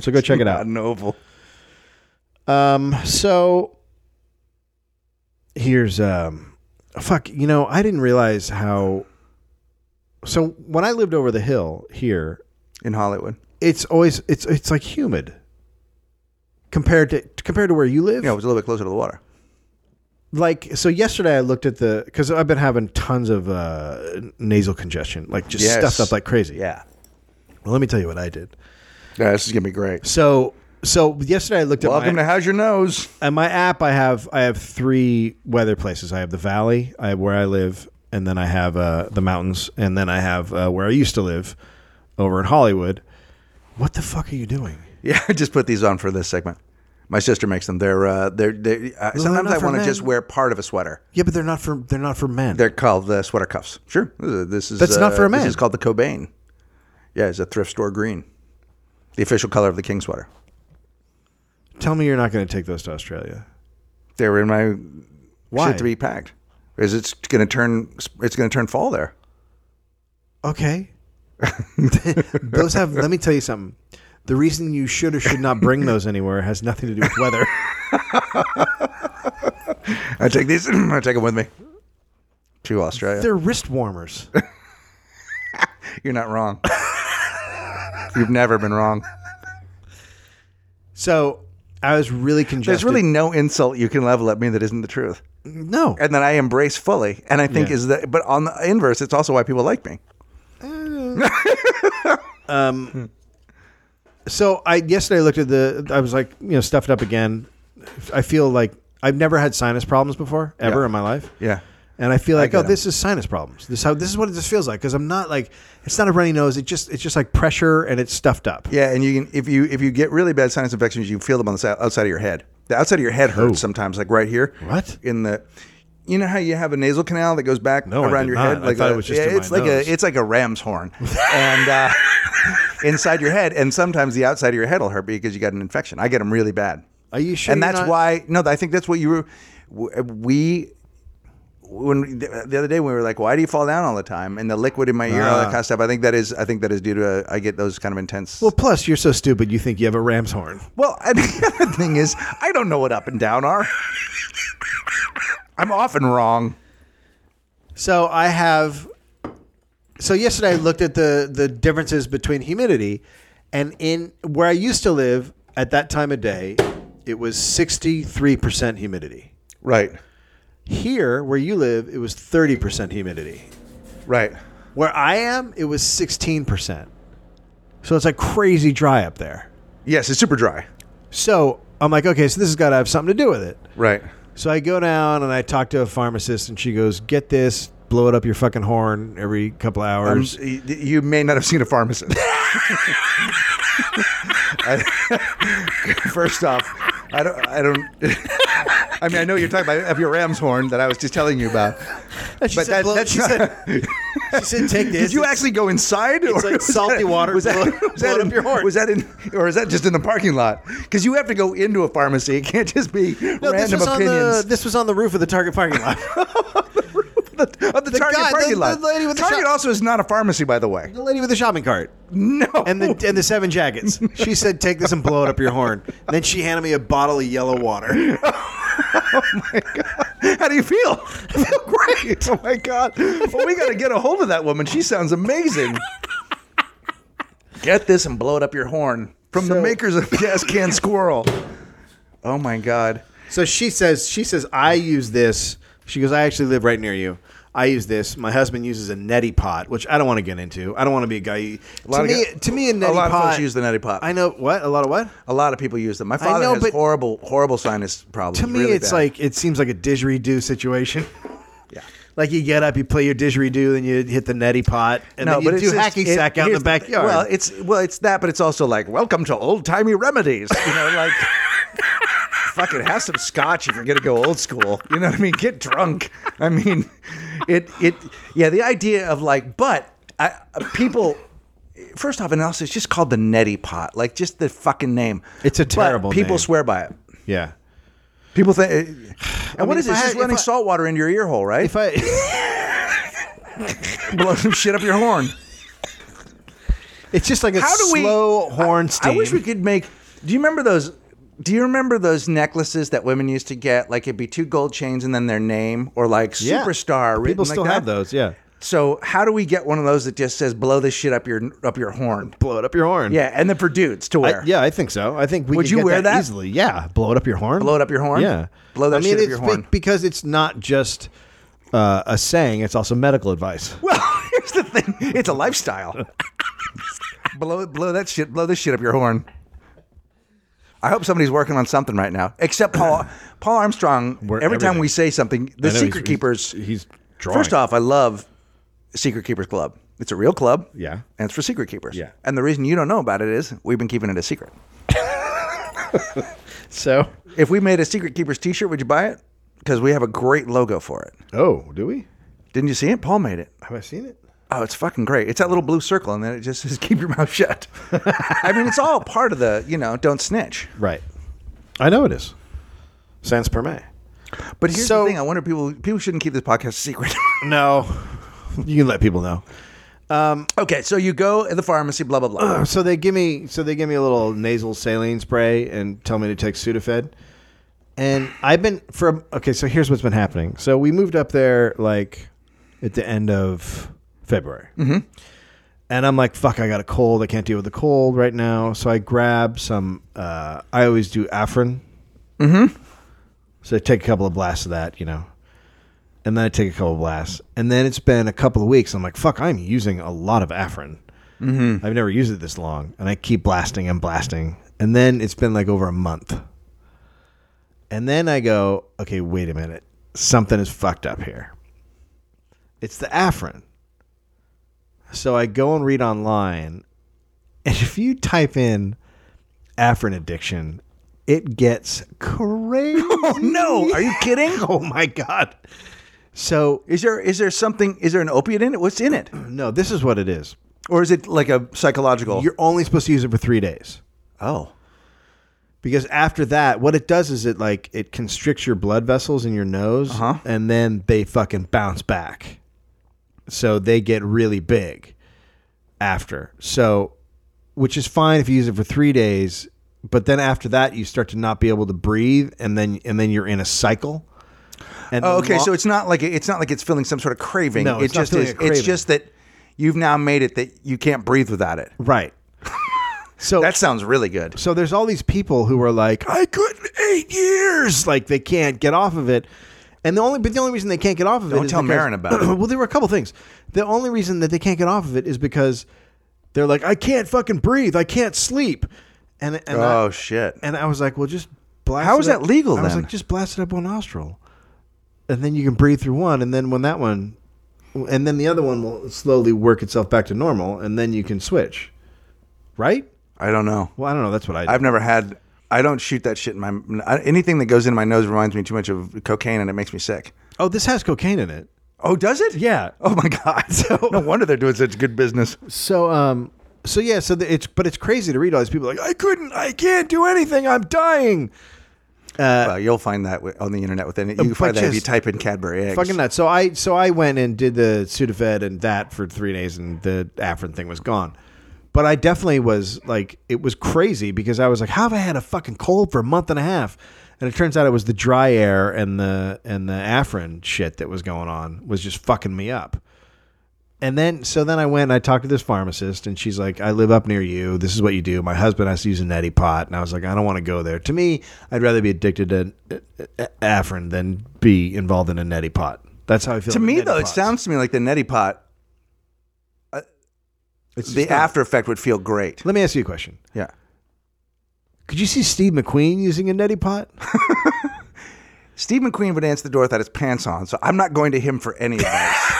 [SPEAKER 1] so go check it out.
[SPEAKER 2] An oval.
[SPEAKER 1] Um, so here's um, fuck. You know, I didn't realize how. So when I lived over the hill here,
[SPEAKER 2] in Hollywood.
[SPEAKER 1] it's always it's it's like humid compared to compared to where you live.
[SPEAKER 2] Yeah, it was a little bit closer to the water.
[SPEAKER 1] like so yesterday i looked at the because i've been having tons of uh, nasal congestion like just
[SPEAKER 2] Yes.
[SPEAKER 1] stuffed up like crazy
[SPEAKER 2] Yeah.
[SPEAKER 1] well, let me tell you what i did
[SPEAKER 2] Yeah, this is gonna be great.
[SPEAKER 1] so so yesterday i looked at
[SPEAKER 2] Welcome
[SPEAKER 1] my,
[SPEAKER 2] to How's Your Nose?
[SPEAKER 1] at my app i have i have three weather places i have the valley i have where i live and then i have uh, the mountains and then i have uh, where i used to live over in hollywood what the fuck are you doing
[SPEAKER 2] Yeah, I just put these on for this segment. My sister makes them. They're uh, they're, they uh, sometimes
[SPEAKER 1] not
[SPEAKER 2] I
[SPEAKER 1] for
[SPEAKER 2] want to
[SPEAKER 1] men.
[SPEAKER 2] just wear part of a sweater.
[SPEAKER 1] yeah but they're not for they're not for men
[SPEAKER 2] They're called the sweater cuffs. Sure, this is uh,
[SPEAKER 1] That's not for a
[SPEAKER 2] This
[SPEAKER 1] man.
[SPEAKER 2] is called the Cobain. Yeah, it's a thrift store green, the official color of the king sweater.
[SPEAKER 1] tell me you're not going to take those to australia
[SPEAKER 2] They were in my
[SPEAKER 1] Why?
[SPEAKER 2] shit to be packed. Is it's going to turn? It's going to turn fall there.
[SPEAKER 1] Okay. those have. Let me tell you something. The reason you should or should not bring those anywhere has nothing to do with weather.
[SPEAKER 2] I take these. I take them with me to Australia.
[SPEAKER 1] They're wrist warmers.
[SPEAKER 2] You're not wrong. You've never been wrong.
[SPEAKER 1] So I was really congested.
[SPEAKER 2] There's really no insult you can level at me that isn't the truth,
[SPEAKER 1] no.
[SPEAKER 2] and that I embrace fully. And I think
[SPEAKER 1] Yeah.
[SPEAKER 2] is that. But on the inverse, it's also why people like me.
[SPEAKER 1] So I yesterday I looked at the. I was like, you know, stuffed up again. I feel like I've never had sinus problems before ever
[SPEAKER 2] Yeah.
[SPEAKER 1] in my life.
[SPEAKER 2] Yeah.
[SPEAKER 1] And I feel like,
[SPEAKER 2] get
[SPEAKER 1] oh,
[SPEAKER 2] 'em.
[SPEAKER 1] this is sinus problems. This how this is what it just feels like because I'm not like it's not a runny nose. It just it's just like pressure and it's stuffed up.
[SPEAKER 2] Yeah, and you can if you if you get really bad sinus infections, you feel them on the side, outside of your head. The outside of your head hurts sometimes, like right here.
[SPEAKER 1] Oh. What?
[SPEAKER 2] in the? You know how you have a nasal canal that goes back
[SPEAKER 1] No, I
[SPEAKER 2] around
[SPEAKER 1] did
[SPEAKER 2] your
[SPEAKER 1] not.
[SPEAKER 2] head?
[SPEAKER 1] I thought
[SPEAKER 2] a-
[SPEAKER 1] it was just
[SPEAKER 2] yeah,
[SPEAKER 1] in my
[SPEAKER 2] it's like
[SPEAKER 1] nose.
[SPEAKER 2] a it's like a ram's horn, and uh, inside your head, and sometimes the outside of your head will hurt because you got an infection. I get them really bad,
[SPEAKER 1] Are you sure?
[SPEAKER 2] and
[SPEAKER 1] you're
[SPEAKER 2] that's
[SPEAKER 1] not-
[SPEAKER 2] why. No, I think that's what you were. w- We when the the other day we were like, why do you fall down all the time? And the liquid in my ear, all that
[SPEAKER 1] Ah.
[SPEAKER 2] kind of stuff. I think that is I think that is due to uh, I get those kind of intense.
[SPEAKER 1] Well, plus you're so stupid. You think you have a ram's horn.
[SPEAKER 2] Well, and the other thing is, I don't know what up and down are. I'm often wrong.
[SPEAKER 1] So I have. So yesterday I looked at the the differences between humidity, and in where I used to live at that time of day, it was sixty three percent humidity.
[SPEAKER 2] Right,
[SPEAKER 1] Here, where you live, it was thirty percent humidity.
[SPEAKER 2] right.
[SPEAKER 1] Where I am, it was sixteen percent. So it's like crazy dry up there.
[SPEAKER 2] Yes, it's super dry.
[SPEAKER 1] So I'm like, okay, so this has got to have something to do with it.
[SPEAKER 2] Right.
[SPEAKER 1] So I go down and I talk to a pharmacist, and she goes, "Get this blowing up your fucking horn every couple hours.
[SPEAKER 2] Y- You may not have seen a pharmacist. I- first off, I don't. I don't. I mean, I know you're talking about of your ram's horn that I was just telling you about.
[SPEAKER 1] she
[SPEAKER 2] but that-
[SPEAKER 1] blow-
[SPEAKER 2] that's
[SPEAKER 1] she
[SPEAKER 2] not-
[SPEAKER 1] said, she said, take this.
[SPEAKER 2] Did you actually go inside? It's
[SPEAKER 1] like salty water
[SPEAKER 2] Was that,
[SPEAKER 1] blow-
[SPEAKER 2] was that
[SPEAKER 1] blowing
[SPEAKER 2] in,
[SPEAKER 1] up your horn.
[SPEAKER 2] Was that in, or is that just in the parking lot? Because you have to go into a pharmacy. It can't just be
[SPEAKER 1] No, this
[SPEAKER 2] random
[SPEAKER 1] was on
[SPEAKER 2] opinions.
[SPEAKER 1] the this was on the roof of the Target parking lot.
[SPEAKER 2] of the, Target
[SPEAKER 1] guy- the-
[SPEAKER 2] parking lot.
[SPEAKER 1] the lady with the
[SPEAKER 2] Target
[SPEAKER 1] shop-
[SPEAKER 2] also is not a pharmacy, by the way.
[SPEAKER 1] the lady with the shopping cart
[SPEAKER 2] No.
[SPEAKER 1] and the and the seven jackets. She said, "Take this and blow it up your horn." And then she handed me a bottle of yellow water.
[SPEAKER 2] How do you feel? I feel great. Oh my god. Well, we got to get a hold of that woman. She sounds amazing. Get this and blow it up your horn from the makers of Gas Can Squirrel. Oh my god.
[SPEAKER 1] So she says, she says, I use this. She goes, I actually live right near you. I use this. My husband uses a neti pot, which I don't want to get into. I don't want to be a guy.
[SPEAKER 2] lot
[SPEAKER 1] to
[SPEAKER 2] of
[SPEAKER 1] me,
[SPEAKER 2] guy-
[SPEAKER 1] to me, a neti
[SPEAKER 2] a lot
[SPEAKER 1] pot.
[SPEAKER 2] of folks use the neti pot.
[SPEAKER 1] I know what a lot of what.
[SPEAKER 2] A lot of people use them. My father
[SPEAKER 1] know,
[SPEAKER 2] has
[SPEAKER 1] but-
[SPEAKER 2] horrible, horrible sinus problems.
[SPEAKER 1] To me,
[SPEAKER 2] really
[SPEAKER 1] it's
[SPEAKER 2] bad.
[SPEAKER 1] like it seems like a didgeridoo situation.
[SPEAKER 2] Yeah.
[SPEAKER 1] Like you get up, you play your didgeridoo, then you hit the neti pot, and then you
[SPEAKER 2] it's
[SPEAKER 1] do
[SPEAKER 2] just-
[SPEAKER 1] hacky
[SPEAKER 2] it-
[SPEAKER 1] sack out in the
[SPEAKER 2] here's
[SPEAKER 1] backyard.
[SPEAKER 2] Well, it's well, it's that, but it's also like welcome to old timey remedies. You know, like fucking have some scotch if you're gonna go old school. You know what I mean? Get drunk. I mean, it it yeah. The idea of like, but I, people. First off, and also, it's just called the neti pot. Like, just the fucking name.
[SPEAKER 1] It's a
[SPEAKER 2] But
[SPEAKER 1] terrible
[SPEAKER 2] people
[SPEAKER 1] name.
[SPEAKER 2] swear by it.
[SPEAKER 1] yeah.
[SPEAKER 2] People think. And what
[SPEAKER 1] mean,
[SPEAKER 2] is
[SPEAKER 1] if I
[SPEAKER 2] it?
[SPEAKER 1] had-
[SPEAKER 2] It's just
[SPEAKER 1] if
[SPEAKER 2] running
[SPEAKER 1] I-
[SPEAKER 2] salt water into your ear hole, right?
[SPEAKER 1] If I,
[SPEAKER 2] Blow some shit up your horn.
[SPEAKER 1] it's just like a slow horn steam.
[SPEAKER 2] I wish we could make. Do you remember those? Do you remember those necklaces that women used to get? Like it'd be two gold chains and then their name, or like
[SPEAKER 1] Yeah.
[SPEAKER 2] superstar. written
[SPEAKER 1] People
[SPEAKER 2] like
[SPEAKER 1] still
[SPEAKER 2] that?
[SPEAKER 1] have those. Yeah.
[SPEAKER 2] So how do we get one of those that just says "blow this shit up your up your horn"?
[SPEAKER 1] Blow it up your horn.
[SPEAKER 2] Yeah, and then for dudes to wear.
[SPEAKER 1] I, yeah, I think so. I think we
[SPEAKER 2] Would
[SPEAKER 1] could
[SPEAKER 2] you
[SPEAKER 1] get
[SPEAKER 2] wear that?
[SPEAKER 1] easily. Yeah, blow it up your horn.
[SPEAKER 2] Blow it up your horn?
[SPEAKER 1] Yeah,
[SPEAKER 2] Blow that
[SPEAKER 1] I mean,
[SPEAKER 2] shit up
[SPEAKER 1] it's
[SPEAKER 2] your
[SPEAKER 1] be-
[SPEAKER 2] horn.
[SPEAKER 1] because it's not just uh, a saying; it's also medical advice.
[SPEAKER 2] Well, here's the thing. It's a lifestyle. blow blow that shit. Blow this shit up your horn. I hope somebody's working on something right now. Except Paul Paul Armstrong.
[SPEAKER 1] We're
[SPEAKER 2] every time
[SPEAKER 1] everything.
[SPEAKER 2] we say something, the
[SPEAKER 1] I know, he's- he's-
[SPEAKER 2] Secret Keepers.
[SPEAKER 1] he's drawing.
[SPEAKER 2] first off. I love Secret Keepers Club. It's a real club.
[SPEAKER 1] Yeah.
[SPEAKER 2] and it's for secret keepers.
[SPEAKER 1] Yeah.
[SPEAKER 2] and the reason you don't know about it is we've been keeping it a secret.
[SPEAKER 1] So,
[SPEAKER 2] If we made a Secret Keepers T-shirt, would you buy it? Because we have a great logo for it.
[SPEAKER 1] oh, do we?
[SPEAKER 2] Didn't you see it? Paul made it.
[SPEAKER 1] Have I seen it?
[SPEAKER 2] Oh, it's fucking great. It's that little blue circle, and then it just says, keep your mouth shut. I mean, it's all part of the, you know, don't snitch.
[SPEAKER 1] Right. I know it is. Sans per me.
[SPEAKER 2] But here's
[SPEAKER 1] So-
[SPEAKER 2] the thing I wonder if people, people shouldn't keep this podcast a secret.
[SPEAKER 1] No, you can let people know.
[SPEAKER 2] okay, so you go at the pharmacy, blah, blah, blah.
[SPEAKER 1] So they give me so they give me a little nasal saline spray and tell me to take Sudafed. And I've been for okay. So here's what's been happening. So we moved up there like at the end of February, mm-hmm. and I'm like, "Fuck! I got a cold. I can't deal with the cold right now." So I grab some. Uh, I always do Afrin. Mm-hmm. So I take a couple of blasts of that, you know, and then I take a couple of blasts, and then it's been a couple of weeks. I'm like, "Fuck! I'm using a lot of Afrin."
[SPEAKER 2] Mm-hmm.
[SPEAKER 1] I've never used it this long, and I keep blasting and blasting, and then it's been like over a month, and then I go, okay, wait a minute, something is fucked up here. It's the Afrin. So I go and read online, and if you type in Afrin addiction, it gets crazy.
[SPEAKER 2] Oh, no. Are you kidding?
[SPEAKER 1] oh my god! So
[SPEAKER 2] Is there is there something, is there an opiate in it? What's in it?
[SPEAKER 1] no, this is what it is.
[SPEAKER 2] Or is it like a psychological?
[SPEAKER 1] You're only supposed to use it for three days.
[SPEAKER 2] oh.
[SPEAKER 1] because after that what it does is it like it constricts your blood vessels in your nose
[SPEAKER 2] Uh-huh.
[SPEAKER 1] and then they fucking bounce back so they get really big after so which is fine if you use it for three days but then after that you start to not be able to breathe and then and then you're in a cycle and
[SPEAKER 2] Oh,
[SPEAKER 1] the
[SPEAKER 2] okay,
[SPEAKER 1] lo-
[SPEAKER 2] so it's not like it's not like it's feeling some sort of craving.
[SPEAKER 1] No, it's
[SPEAKER 2] it
[SPEAKER 1] not
[SPEAKER 2] just
[SPEAKER 1] feeling
[SPEAKER 2] is.
[SPEAKER 1] a craving.
[SPEAKER 2] It's just that you've now made it that you can't breathe without it.
[SPEAKER 1] right so
[SPEAKER 2] That sounds really good.
[SPEAKER 1] So there's all these people who are like, I couldn't eight years, like they can't get off of it. And the only, but the only reason they can't get off of it.
[SPEAKER 2] Don't
[SPEAKER 1] is
[SPEAKER 2] tell
[SPEAKER 1] because-
[SPEAKER 2] Marin about it.
[SPEAKER 1] well, there were a couple things. The only reason that they can't get off of it is because they're like, I can't fucking breathe, I can't sleep, and and
[SPEAKER 2] Oh
[SPEAKER 1] I,
[SPEAKER 2] shit.
[SPEAKER 1] and I was like, well, just blast.
[SPEAKER 2] How
[SPEAKER 1] it
[SPEAKER 2] is
[SPEAKER 1] up-
[SPEAKER 2] that legal
[SPEAKER 1] I was
[SPEAKER 2] then?
[SPEAKER 1] like, just blast it up one nostril, and then you can breathe through one, and then when that one and then the other one will slowly work itself back to normal, and then you can switch, right?
[SPEAKER 2] I don't know.
[SPEAKER 1] Well, I don't know. That's what I. do.
[SPEAKER 2] I've never had. I don't shoot that shit in my. I- Anything that goes into my nose reminds me too much of cocaine, and it makes me sick.
[SPEAKER 1] oh, this has cocaine in it.
[SPEAKER 2] Oh, does it?
[SPEAKER 1] Yeah.
[SPEAKER 2] Oh my god. So no wonder they're doing such good business.
[SPEAKER 1] So um so yeah, so the, it's but it's crazy to read all these people like I couldn't, I can't do anything, I'm dying. uh,
[SPEAKER 2] well, you'll find that wi- on the internet with any. You can
[SPEAKER 1] but
[SPEAKER 2] find that if you
[SPEAKER 1] just-
[SPEAKER 2] type in Cadbury eggs.
[SPEAKER 1] Fucking nuts. So I so I went and did the Sudafed and that for three days, and the Afrin thing was gone. But I definitely was like, it was crazy because I was like, how have I had a fucking cold for a month and a half? And it turns out it was the dry air and the and the Afrin shit that was going on was just fucking me up. And then so then I went and I talked to this pharmacist and she's like, I live up near you. This is what you do. My husband has to use a neti pot. And I was like, I don't want to go there. To me, I'd rather be addicted to uh, uh, Afrin than be involved in a neti pot. That's how I feel.
[SPEAKER 2] To
[SPEAKER 1] about
[SPEAKER 2] me
[SPEAKER 1] neti
[SPEAKER 2] though, it
[SPEAKER 1] pots.
[SPEAKER 2] sounds to me like the neti pot.
[SPEAKER 1] It's
[SPEAKER 2] the
[SPEAKER 1] just not-
[SPEAKER 2] after effect would feel great.
[SPEAKER 1] Let me ask you a question.
[SPEAKER 2] Yeah.
[SPEAKER 1] Could you see Steve McQueen using a neti pot?
[SPEAKER 2] Steve McQueen would answer the door without his pants on, so I'm not going to him for any advice.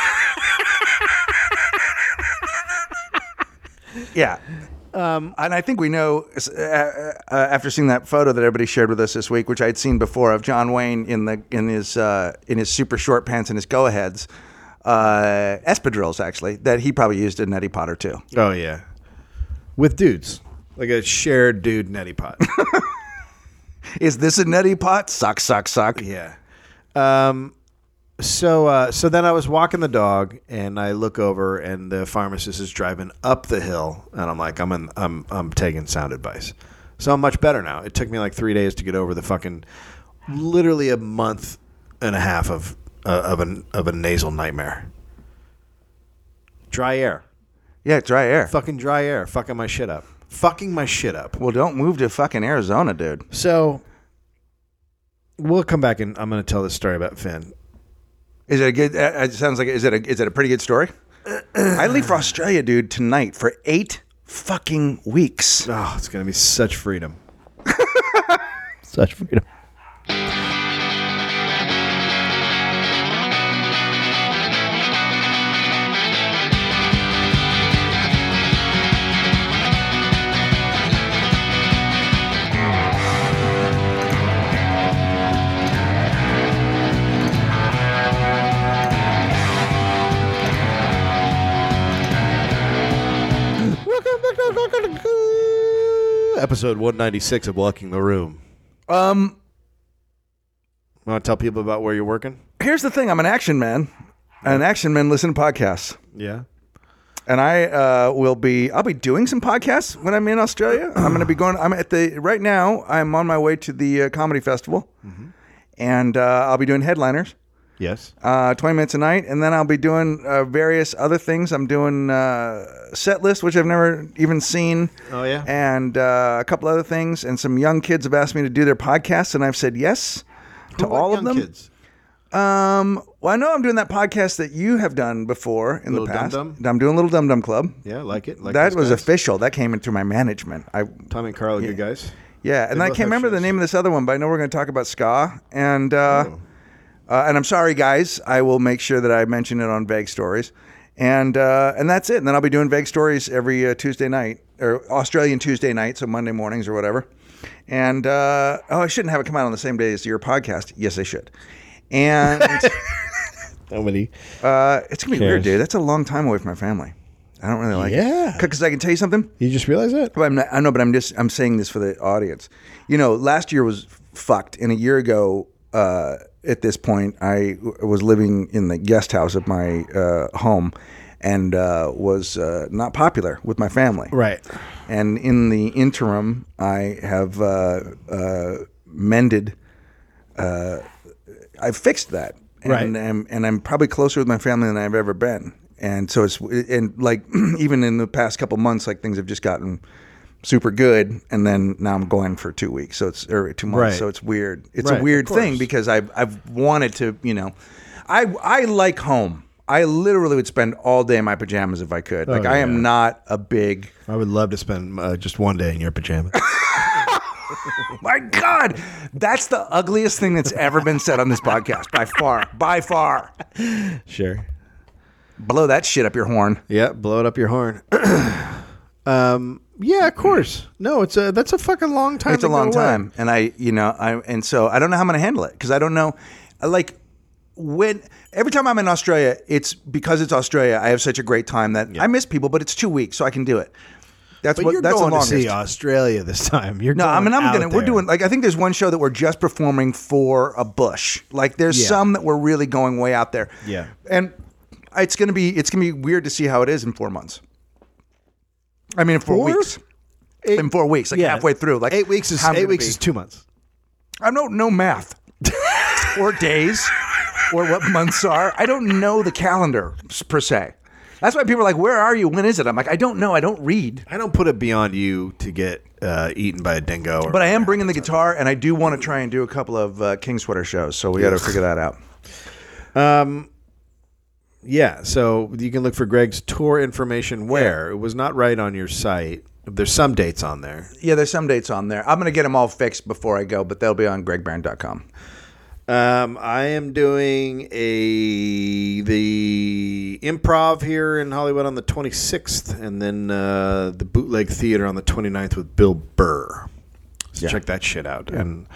[SPEAKER 2] yeah. and I think we know uh, uh, after seeing that photo that everybody shared with us this week, which I'd seen before of John Wayne in the in his uh, in his super short pants and his go aheads, uh, espadrilles actually, that he probably used a neti pot or two.
[SPEAKER 1] Oh yeah, with dudes like a shared dude neti pot.
[SPEAKER 2] Is this a neti pot? Suck, suck, suck.
[SPEAKER 1] Yeah. Um, so uh, so then I was walking the dog, and I look over, and the pharmacist is driving up the hill, and I'm like, I'm in, I'm I'm taking sound advice. So I'm much better now. It took me like three days to get over the fucking, literally a month and a half of uh, of an of a nasal nightmare. Dry air,
[SPEAKER 2] Yeah, dry air.
[SPEAKER 1] fucking dry air, fucking my shit up, fucking my shit up.
[SPEAKER 2] Well, don't move to fucking Arizona, dude.
[SPEAKER 1] So we'll come back, and I'm gonna tell this story about Finn.
[SPEAKER 2] Is it a good? uh, It sounds like is it a is it a pretty good story? I leave for Australia, dude, tonight for eight fucking weeks.
[SPEAKER 1] Oh, it's gonna be such freedom.
[SPEAKER 4] Such freedom.
[SPEAKER 1] Welcome back to Walking the Goo- Episode 196 of Walking the Room.
[SPEAKER 2] Um,
[SPEAKER 1] Want to tell people about where you're working?
[SPEAKER 2] here's the thing: I'm an action man. An action man listen to podcasts,
[SPEAKER 1] Yeah.
[SPEAKER 2] and I uh, will be. I'll be doing some podcasts when I'm in Australia. I'm going to be going. I'm at the right now. I'm on my way to the uh, comedy festival, and uh, I'll be doing headliners.
[SPEAKER 1] Yes.
[SPEAKER 2] uh, 20 minutes a night, and then I'll be doing uh, various other things. I'm doing uh, set list, which I've never even seen.
[SPEAKER 1] Oh, yeah?
[SPEAKER 2] and uh, a couple other things, and some young kids have asked me to do their podcasts, and I've said yes to
[SPEAKER 1] What
[SPEAKER 2] all
[SPEAKER 1] young
[SPEAKER 2] of them.
[SPEAKER 1] Kids?
[SPEAKER 2] Um, well, I know I'm doing that podcast that you have done before in
[SPEAKER 1] Little
[SPEAKER 2] the past.
[SPEAKER 1] Dum Dum?
[SPEAKER 2] I'm doing Little Dum Dum Club.
[SPEAKER 1] Yeah, like it. Like
[SPEAKER 2] that
[SPEAKER 1] those
[SPEAKER 2] was
[SPEAKER 1] guys.
[SPEAKER 2] official. That came in through my management. I
[SPEAKER 1] Tom and Carl are good guys.
[SPEAKER 2] yeah, and I
[SPEAKER 1] both
[SPEAKER 2] can't
[SPEAKER 1] have
[SPEAKER 2] remember the
[SPEAKER 1] shows. Oh.
[SPEAKER 2] name of this other one, but I know we're going to talk about ska. And uh, uh, and I'm sorry, guys. I will make sure that I mention it on Vague Stories. And uh, and that's it. And then I'll be doing Vague Stories every uh, Tuesday night or Australian Tuesday night, so Monday mornings or whatever. And uh, oh, I shouldn't have it come out on the same day as your podcast. Yes, I should. And
[SPEAKER 4] Nobody.
[SPEAKER 2] uh, it's gonna be
[SPEAKER 4] Cares.
[SPEAKER 2] weird, dude. That's a long time away from my family. I don't really like it.
[SPEAKER 4] Yeah.
[SPEAKER 2] Because I can tell you something.
[SPEAKER 4] You just realize that?
[SPEAKER 2] But I'm not, I know, but I'm just I'm saying this for the audience. You know, last year was fucked, and a year ago uh, at this point, I w- was living in the guest house of my uh, home, and uh, was uh, not popular with my family.
[SPEAKER 1] Right.
[SPEAKER 2] And in the interim, I have uh, uh, mended. Uh, I've fixed that, and
[SPEAKER 1] Right.
[SPEAKER 2] I'm, and I'm probably closer with my family than I've ever been. And so it's and like even in the past couple months, like things have just gotten super good. And then now I'm going for two weeks, so it's or two months,
[SPEAKER 1] Right.
[SPEAKER 2] so it's weird. It's
[SPEAKER 1] Right,
[SPEAKER 2] a
[SPEAKER 1] of
[SPEAKER 2] weird thing
[SPEAKER 1] course.
[SPEAKER 2] because I've I've wanted to, you know, I I like home. I literally would spend all day in my pajamas if I
[SPEAKER 1] Oh,
[SPEAKER 2] could. Like I am not a big
[SPEAKER 1] I would love to spend uh, just one day in your pajamas.
[SPEAKER 2] My God, that's the ugliest thing that's ever been said on this podcast by far, by far.
[SPEAKER 4] Sure.
[SPEAKER 2] Blow that shit up your horn.
[SPEAKER 1] Yeah, blow it up your horn. um, yeah, of course. No, it's a that's a fucking long time.
[SPEAKER 2] It's a
[SPEAKER 1] to go
[SPEAKER 2] long
[SPEAKER 1] away.
[SPEAKER 2] time, and I, you know, I, and so I don't know how I'm going to handle it because I don't know, I like when every time I'm in Australia, it's because it's Australia. I have such a great time that I miss people, but it's two weeks, so I can do it. That's
[SPEAKER 1] But
[SPEAKER 2] what.
[SPEAKER 1] you're
[SPEAKER 2] that's
[SPEAKER 1] going
[SPEAKER 2] the
[SPEAKER 1] to
[SPEAKER 2] longest.
[SPEAKER 1] see Australia this time. You're
[SPEAKER 2] No,
[SPEAKER 1] going
[SPEAKER 2] I mean, I'm
[SPEAKER 1] out
[SPEAKER 2] gonna. We're
[SPEAKER 1] there.
[SPEAKER 2] doing like I think there's one show that we're just performing for a bush. Like there's
[SPEAKER 1] Yeah.
[SPEAKER 2] some that we're really going way out there.
[SPEAKER 1] Yeah.
[SPEAKER 2] and it's gonna be it's gonna be weird to see how it is in four months. I mean, in four,
[SPEAKER 1] Four?
[SPEAKER 2] weeks. in four weeks, like
[SPEAKER 1] yeah.
[SPEAKER 2] halfway through, like
[SPEAKER 1] eight weeks is
[SPEAKER 2] how I'm
[SPEAKER 1] eight
[SPEAKER 2] gonna
[SPEAKER 1] weeks
[SPEAKER 2] be.
[SPEAKER 1] is two months.
[SPEAKER 2] I don't know math or days or what months are. I don't know the calendar s- per se. That's why people are like, "Where are you? When is it?" I'm like, "I don't know. I don't read."
[SPEAKER 1] I don't put it beyond you to get uh, eaten by a dingo. Or,
[SPEAKER 2] But I am bringing the guitar, and I do want to try and do a couple of uh, King Sweater shows. So we got to figure that out.
[SPEAKER 1] yeah, so you can look for Greg's tour information. Where it was not right on your site. There's some dates on there.
[SPEAKER 2] Yeah, there's some dates on there. I'm gonna get them all fixed before I go, but they'll be on gregbarron.com.
[SPEAKER 1] Um, I am doing a the improv here in Hollywood on the 26th, and then uh, the Bootleg Theater on the 29th with Bill Burr. So check that shit out. And Um,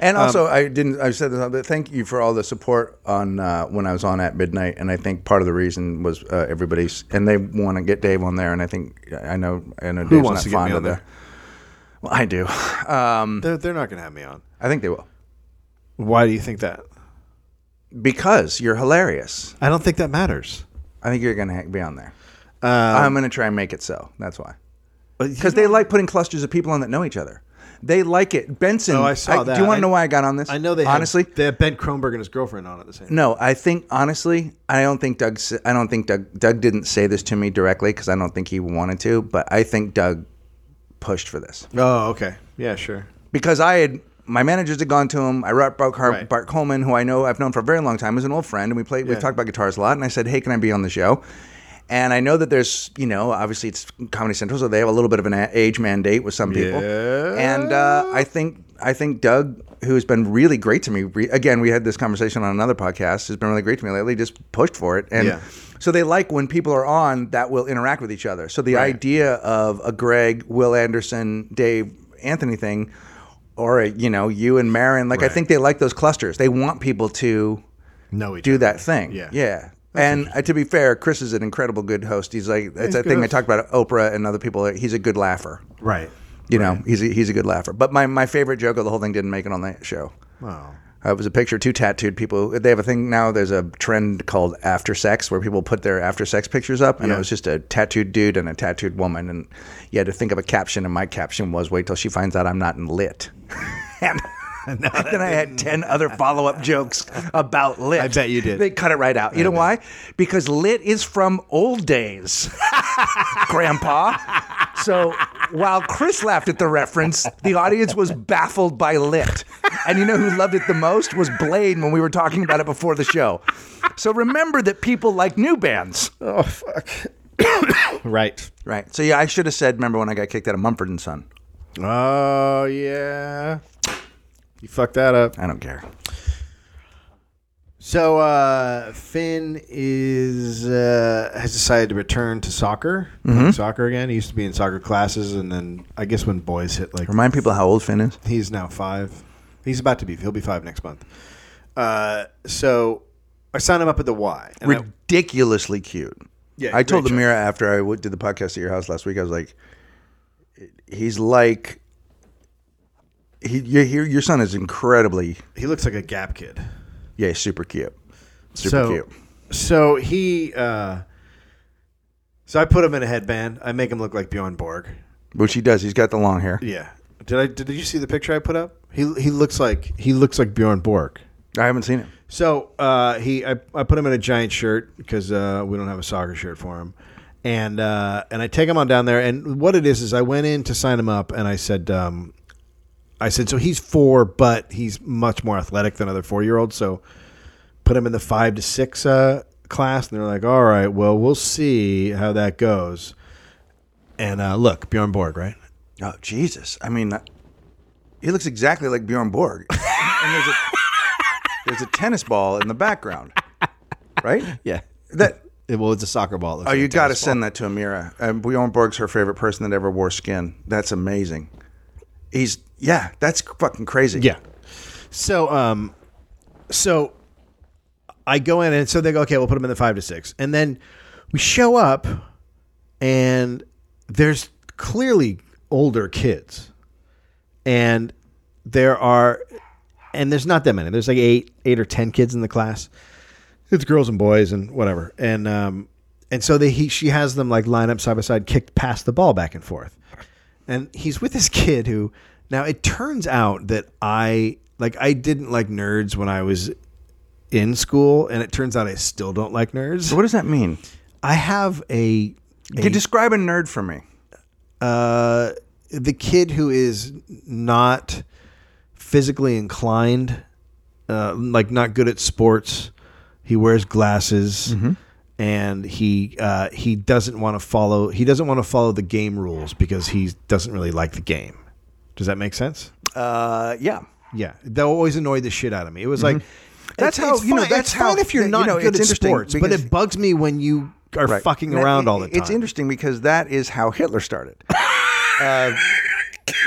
[SPEAKER 2] And also, I didn't. I said this, but thank you for all the support on uh, when I was on at midnight. And I think part of the reason was uh, everybody's and they want to get Dave on there. And I think I know. I know Dave's
[SPEAKER 1] wants
[SPEAKER 2] not
[SPEAKER 1] to get me
[SPEAKER 2] fond
[SPEAKER 1] on
[SPEAKER 2] of
[SPEAKER 1] there?
[SPEAKER 2] the. Well, I do. Um,
[SPEAKER 1] they're they're not going to have me on.
[SPEAKER 2] I think they will
[SPEAKER 1] Why do you think that?
[SPEAKER 2] because you're hilarious.
[SPEAKER 1] I don't think that matters.
[SPEAKER 2] I think you're gonna ha- be on there.
[SPEAKER 1] Um,
[SPEAKER 2] I'm gonna try and make it so. That's why. Because they like putting clusters of people on that know each other. They like it. Benson.
[SPEAKER 1] Oh, I saw that.
[SPEAKER 2] Do you want
[SPEAKER 1] I-
[SPEAKER 2] to know why I got on this?
[SPEAKER 1] I know they had-
[SPEAKER 2] honestly.
[SPEAKER 1] they had Ben Kronberg and his girlfriend on at the same.
[SPEAKER 2] No, I think honestly, I don't think Doug. s- I don't think Doug. Doug didn't say this to me directly because I don't think he wanted to. But I think Doug pushed for this
[SPEAKER 1] Oh, okay. Yeah, sure.
[SPEAKER 2] because I had my managers had gone to him. I brought Bart, Har-
[SPEAKER 1] Right.
[SPEAKER 2] Bart Coleman, who I know I've known for a very long time, is an old friend, and we played.
[SPEAKER 1] Yeah.
[SPEAKER 2] We've talked about guitars a lot. And I said, "Hey, can I be on the show?" And I know that there's, you know, obviously it's Comedy Central, so they have a little bit of an a- age mandate with some people. And uh,
[SPEAKER 1] Oh.
[SPEAKER 2] I think I think Doug, who has been really great to me, re- again, we had this conversation on another podcast, has been really great to me lately. Just pushed for it, and
[SPEAKER 1] Yeah.
[SPEAKER 2] so they like when people are on that will interact with each other. So the idea of a Greg, Will Anderson, Dave, Anthony thing, or a, you know you and Marin, like I think they like those clusters. They want people to
[SPEAKER 1] No, we
[SPEAKER 2] do that thing.
[SPEAKER 1] Yeah.
[SPEAKER 2] yeah. And uh, to be fair, Chris is an incredible good host. He's like that's a
[SPEAKER 1] good
[SPEAKER 2] thing I
[SPEAKER 1] host.
[SPEAKER 2] talked about Oprah and other people. He's a good laugher.
[SPEAKER 1] Right.
[SPEAKER 2] You know, he's a, he's a good laugher. But my, my favorite joke of the whole thing didn't make it on the show.
[SPEAKER 1] Wow.
[SPEAKER 2] Uh, it was a picture of two tattooed people. They have a thing now. There's a trend called after sex where people put their after sex pictures up, and
[SPEAKER 1] Yeah.
[SPEAKER 2] it was just a tattooed dude and a tattooed woman, and you had to think of a caption. And my caption was, "Wait till she finds out I'm not in lit." and then I had ten other follow up jokes about lit. I
[SPEAKER 1] bet you did.
[SPEAKER 2] They cut it right out. You know why? Because lit is from old days, Grandpa. So while Chris laughed at the reference, the audience was baffled by lit. And you know who loved it the most was Blade when we were talking about it before the show. So remember that people like new bands.
[SPEAKER 4] Oh fuck. right.
[SPEAKER 2] Right. So yeah, I should have said, remember when I got kicked out of Mumford and Son.
[SPEAKER 1] Oh yeah. You fucked that up.
[SPEAKER 2] I don't care.
[SPEAKER 1] So uh, Finn is uh, has decided to return to soccer, playing soccer again. He used to be in soccer classes, and then I guess when boys hit like
[SPEAKER 2] Remind people how old Finn is.
[SPEAKER 1] He's now five. He's about to be. He'll be five next month. Uh, so I signed him up at the Y. And I-
[SPEAKER 2] Ridiculously cute.
[SPEAKER 1] Yeah,
[SPEAKER 2] I told
[SPEAKER 1] great
[SPEAKER 2] Amira after I w- did the podcast at your house last week, I was like, he's like, he, your, your son is incredibly,
[SPEAKER 1] he looks like a Gap kid.
[SPEAKER 2] yeah, super cute. Super
[SPEAKER 1] so,
[SPEAKER 2] cute.
[SPEAKER 1] So he. Uh, so I put him in a headband. I make him look like Bjorn Borg.
[SPEAKER 2] Which he does. He's got the long hair.
[SPEAKER 1] Yeah. Did I? Did you see the picture I put up? He he looks like he looks like Bjorn Borg.
[SPEAKER 2] I haven't seen it.
[SPEAKER 1] So uh, he, I, I put him in a giant shirt because uh, we don't have a soccer shirt for him, and uh, and I take him on down there. And what it is is I went in to sign him up, and I said, um, I said, so he's four, but he's much more athletic than other four year olds. So put him in the five to six uh, class, and they're like, all right, well, we'll see how that goes. And uh, look, Bjorn Borg, right?
[SPEAKER 2] Oh, Jesus. I mean, he looks exactly like Bjorn Borg. and there's a, there's a tennis ball in the background, right?
[SPEAKER 4] Yeah.
[SPEAKER 2] That
[SPEAKER 4] It- well, it's a soccer ball. It looks
[SPEAKER 2] Oh,
[SPEAKER 4] like
[SPEAKER 2] you
[SPEAKER 4] a
[SPEAKER 2] got to
[SPEAKER 4] tennis
[SPEAKER 2] send that to Amira. And Bjorn Borg's her favorite person that ever wore skin. That's amazing. He's yeah, that's fucking crazy.
[SPEAKER 4] ball. Yeah.
[SPEAKER 1] So um, so I go in and so they go, okay, we'll put them in the five to six, and then we show up, and there's clearly older kids, and there are, and there's not that many. There's like eight, eight or ten kids in the class. It's girls and boys and whatever, and um, and so they he she has them like line up side by side, kicked past the ball back and forth, and he's with this kid who now it turns out that I like I didn't like nerds when I was in school, and it turns out I still don't like nerds.
[SPEAKER 2] What does that mean?
[SPEAKER 1] I have a,
[SPEAKER 2] You could describe a nerd for me.
[SPEAKER 1] uh, the kid who is not physically inclined, uh, like not good at sports. He wears glasses,
[SPEAKER 2] Mm-hmm.
[SPEAKER 1] and he uh, he doesn't want to follow. He doesn't want to follow the game rules because he doesn't really like the game. Does that make sense?
[SPEAKER 2] Uh, yeah.
[SPEAKER 1] Yeah, that always annoyed the shit out of me. It was like
[SPEAKER 2] Mm-hmm. That's
[SPEAKER 1] it's-
[SPEAKER 2] how-
[SPEAKER 1] it's
[SPEAKER 2] you know,
[SPEAKER 1] fine-
[SPEAKER 2] that's
[SPEAKER 1] it's
[SPEAKER 2] how-
[SPEAKER 1] fine if you're
[SPEAKER 2] you
[SPEAKER 1] not
[SPEAKER 2] know,
[SPEAKER 1] good
[SPEAKER 2] it's
[SPEAKER 1] at
[SPEAKER 2] interesting
[SPEAKER 1] sports, but
[SPEAKER 2] because-
[SPEAKER 1] it bugs me when you are
[SPEAKER 2] Right.
[SPEAKER 1] fucking
[SPEAKER 2] And that-
[SPEAKER 1] around
[SPEAKER 2] it-
[SPEAKER 1] all the time.
[SPEAKER 2] It's interesting because that is how Hitler started. uh,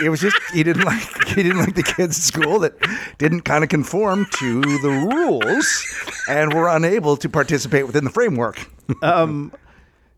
[SPEAKER 2] it was just he didn't like he didn't like the kids at school that didn't kind of conform to the rules and were unable to participate within the framework.
[SPEAKER 1] Um,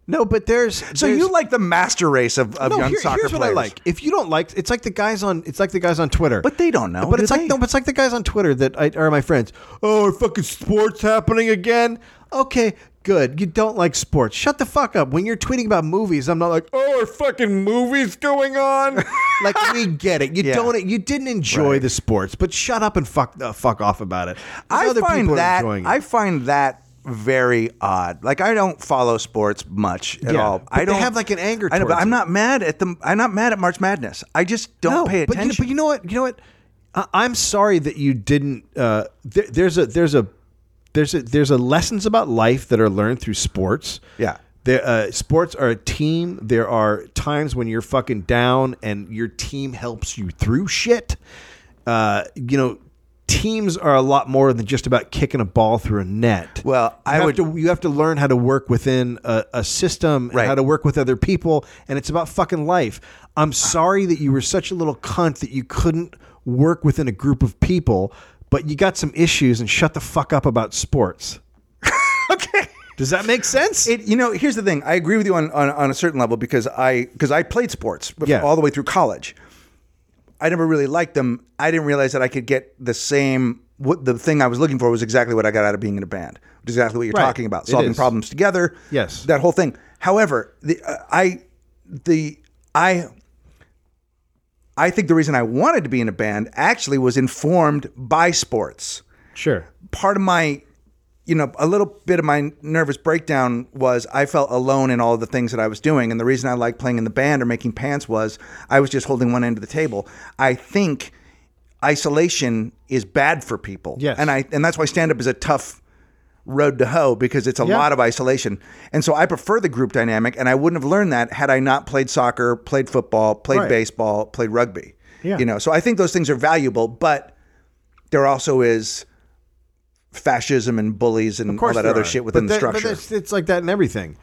[SPEAKER 1] No, but there's
[SPEAKER 2] So you like the master race of, of
[SPEAKER 1] no,
[SPEAKER 2] young
[SPEAKER 1] here-
[SPEAKER 2] soccer
[SPEAKER 1] here's what I
[SPEAKER 2] players.
[SPEAKER 1] like. If you don't like, it's like the guys on. It's like the guys on Twitter. Oh,
[SPEAKER 2] But they don't know,
[SPEAKER 1] But
[SPEAKER 2] do
[SPEAKER 1] it's like
[SPEAKER 2] they?
[SPEAKER 1] no. But it's like the guys on Twitter that I, are my friends. Oh, are fucking sports happening again. Okay, good. You don't like sports. Shut the fuck up. When you're tweeting about movies, I'm not like, oh, are fucking movies going on? like we get it. You
[SPEAKER 2] Yeah.
[SPEAKER 1] don't. You didn't enjoy the sports, but shut up and fuck uh, fuck off about it.
[SPEAKER 2] I
[SPEAKER 1] Other
[SPEAKER 2] find
[SPEAKER 1] people are
[SPEAKER 2] that
[SPEAKER 1] enjoying it.
[SPEAKER 2] I find that very odd. Like I don't follow sports much at
[SPEAKER 1] Yeah,
[SPEAKER 2] all.
[SPEAKER 1] but
[SPEAKER 2] I
[SPEAKER 1] they
[SPEAKER 2] don't
[SPEAKER 1] have, like, an anger
[SPEAKER 2] I know, but
[SPEAKER 1] towards
[SPEAKER 2] I'm
[SPEAKER 1] it.
[SPEAKER 2] not mad at them. I'm not mad at March Madness. I just don't pay
[SPEAKER 1] but you-
[SPEAKER 2] attention.
[SPEAKER 1] But you, know what? You know what? I, I'm sorry that you didn't. Uh, there, there's a there's a there's a there's a lessons about life that are learned through sports.
[SPEAKER 2] Yeah.
[SPEAKER 1] There, uh, sports are a team. There are times when you're fucking down, and your team helps you through shit. Uh, you know, teams are a lot more than just about kicking a ball through a net.
[SPEAKER 2] Well,
[SPEAKER 1] You
[SPEAKER 2] I
[SPEAKER 1] have
[SPEAKER 2] would-
[SPEAKER 1] to- you have to learn how to work within a, a system and
[SPEAKER 2] Right.
[SPEAKER 1] how to work with other people, and it's about fucking life.
[SPEAKER 2] Ah.
[SPEAKER 1] I'm sorry that you were such a little cunt that you couldn't work within a group of people, but you got some issues and shut the fuck up about sports.
[SPEAKER 2] okay.
[SPEAKER 1] Does that make sense?
[SPEAKER 2] It, you know, here's the thing. I agree with you on, on, on a certain level because I because I played sports bef-
[SPEAKER 1] Yeah.
[SPEAKER 2] all the way through college. I never really liked them. I didn't realize that I could get the same what the thing I was looking for was exactly what I got out of being in a band. Which is exactly what you're
[SPEAKER 1] Right.
[SPEAKER 2] talking about,
[SPEAKER 1] It
[SPEAKER 2] solving
[SPEAKER 1] is.
[SPEAKER 2] problems together.
[SPEAKER 1] Yes.
[SPEAKER 2] that whole thing. However, the uh, I the I I think the reason I wanted to be in a band actually was informed by sports
[SPEAKER 1] sure.
[SPEAKER 2] part of my you know a little bit of my nervous breakdown was i felt alone in all the things that i was doing and the reason i liked playing in the band or making pants was i was just holding one end of the table i think isolation is bad for people
[SPEAKER 1] Yes.
[SPEAKER 2] and i and that's why stand up is a tough road to hoe because it's a
[SPEAKER 1] Yeah.
[SPEAKER 2] lot of isolation and so i prefer the group dynamic and i wouldn't have learned that had i not played soccer played football played
[SPEAKER 1] Right.
[SPEAKER 2] baseball played rugby
[SPEAKER 1] Yeah.
[SPEAKER 2] you know so i think those things are valuable but there also is fascism and bullies and all that
[SPEAKER 1] there
[SPEAKER 2] other
[SPEAKER 1] are.
[SPEAKER 2] shit within
[SPEAKER 1] But
[SPEAKER 2] the
[SPEAKER 1] there- but
[SPEAKER 2] structure.
[SPEAKER 1] it's, it's like that in everything.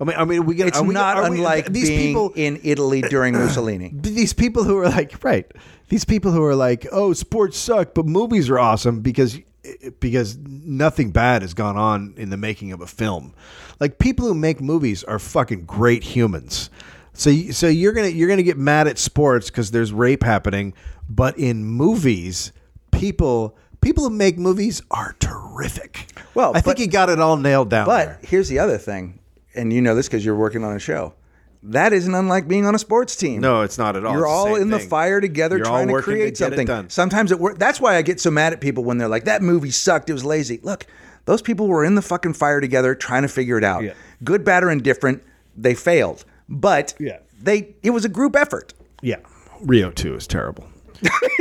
[SPEAKER 1] I mean, I mean, we get
[SPEAKER 2] It's
[SPEAKER 1] are we-
[SPEAKER 2] not
[SPEAKER 1] are we-
[SPEAKER 2] unlike
[SPEAKER 1] these
[SPEAKER 2] being
[SPEAKER 1] people.
[SPEAKER 2] in Italy during Mussolini.
[SPEAKER 1] these people who are like right these people who are like oh sports suck but movies are awesome because eh, because nothing bad has gone on in the making of a film like people who make movies are fucking great humans so you- so you're going to you're going to get mad at sports cuz there's rape happening but in movies people people who make movies are terrific
[SPEAKER 2] Well,
[SPEAKER 1] i think
[SPEAKER 2] but-
[SPEAKER 1] he got it all nailed down there.
[SPEAKER 2] But here's the other thing, and you know this because you're working on a show. That isn't unlike being on a sports team.
[SPEAKER 1] no it's not at all
[SPEAKER 2] You're
[SPEAKER 1] It's the
[SPEAKER 2] all
[SPEAKER 1] same
[SPEAKER 2] in the
[SPEAKER 1] thing.
[SPEAKER 2] fire together
[SPEAKER 1] You're all
[SPEAKER 2] trying to
[SPEAKER 1] working get
[SPEAKER 2] create
[SPEAKER 1] it
[SPEAKER 2] something.
[SPEAKER 1] done.
[SPEAKER 2] Sometimes it works. That's why I get so mad at people when they're like, that movie sucked. It was lazy. Look, those people were in the fucking fire together trying to figure it out.
[SPEAKER 4] Yeah.
[SPEAKER 2] Good, bad, or indifferent, they failed. But
[SPEAKER 4] Yeah.
[SPEAKER 2] they it was a group effort.
[SPEAKER 1] yeah rio 2 is terrible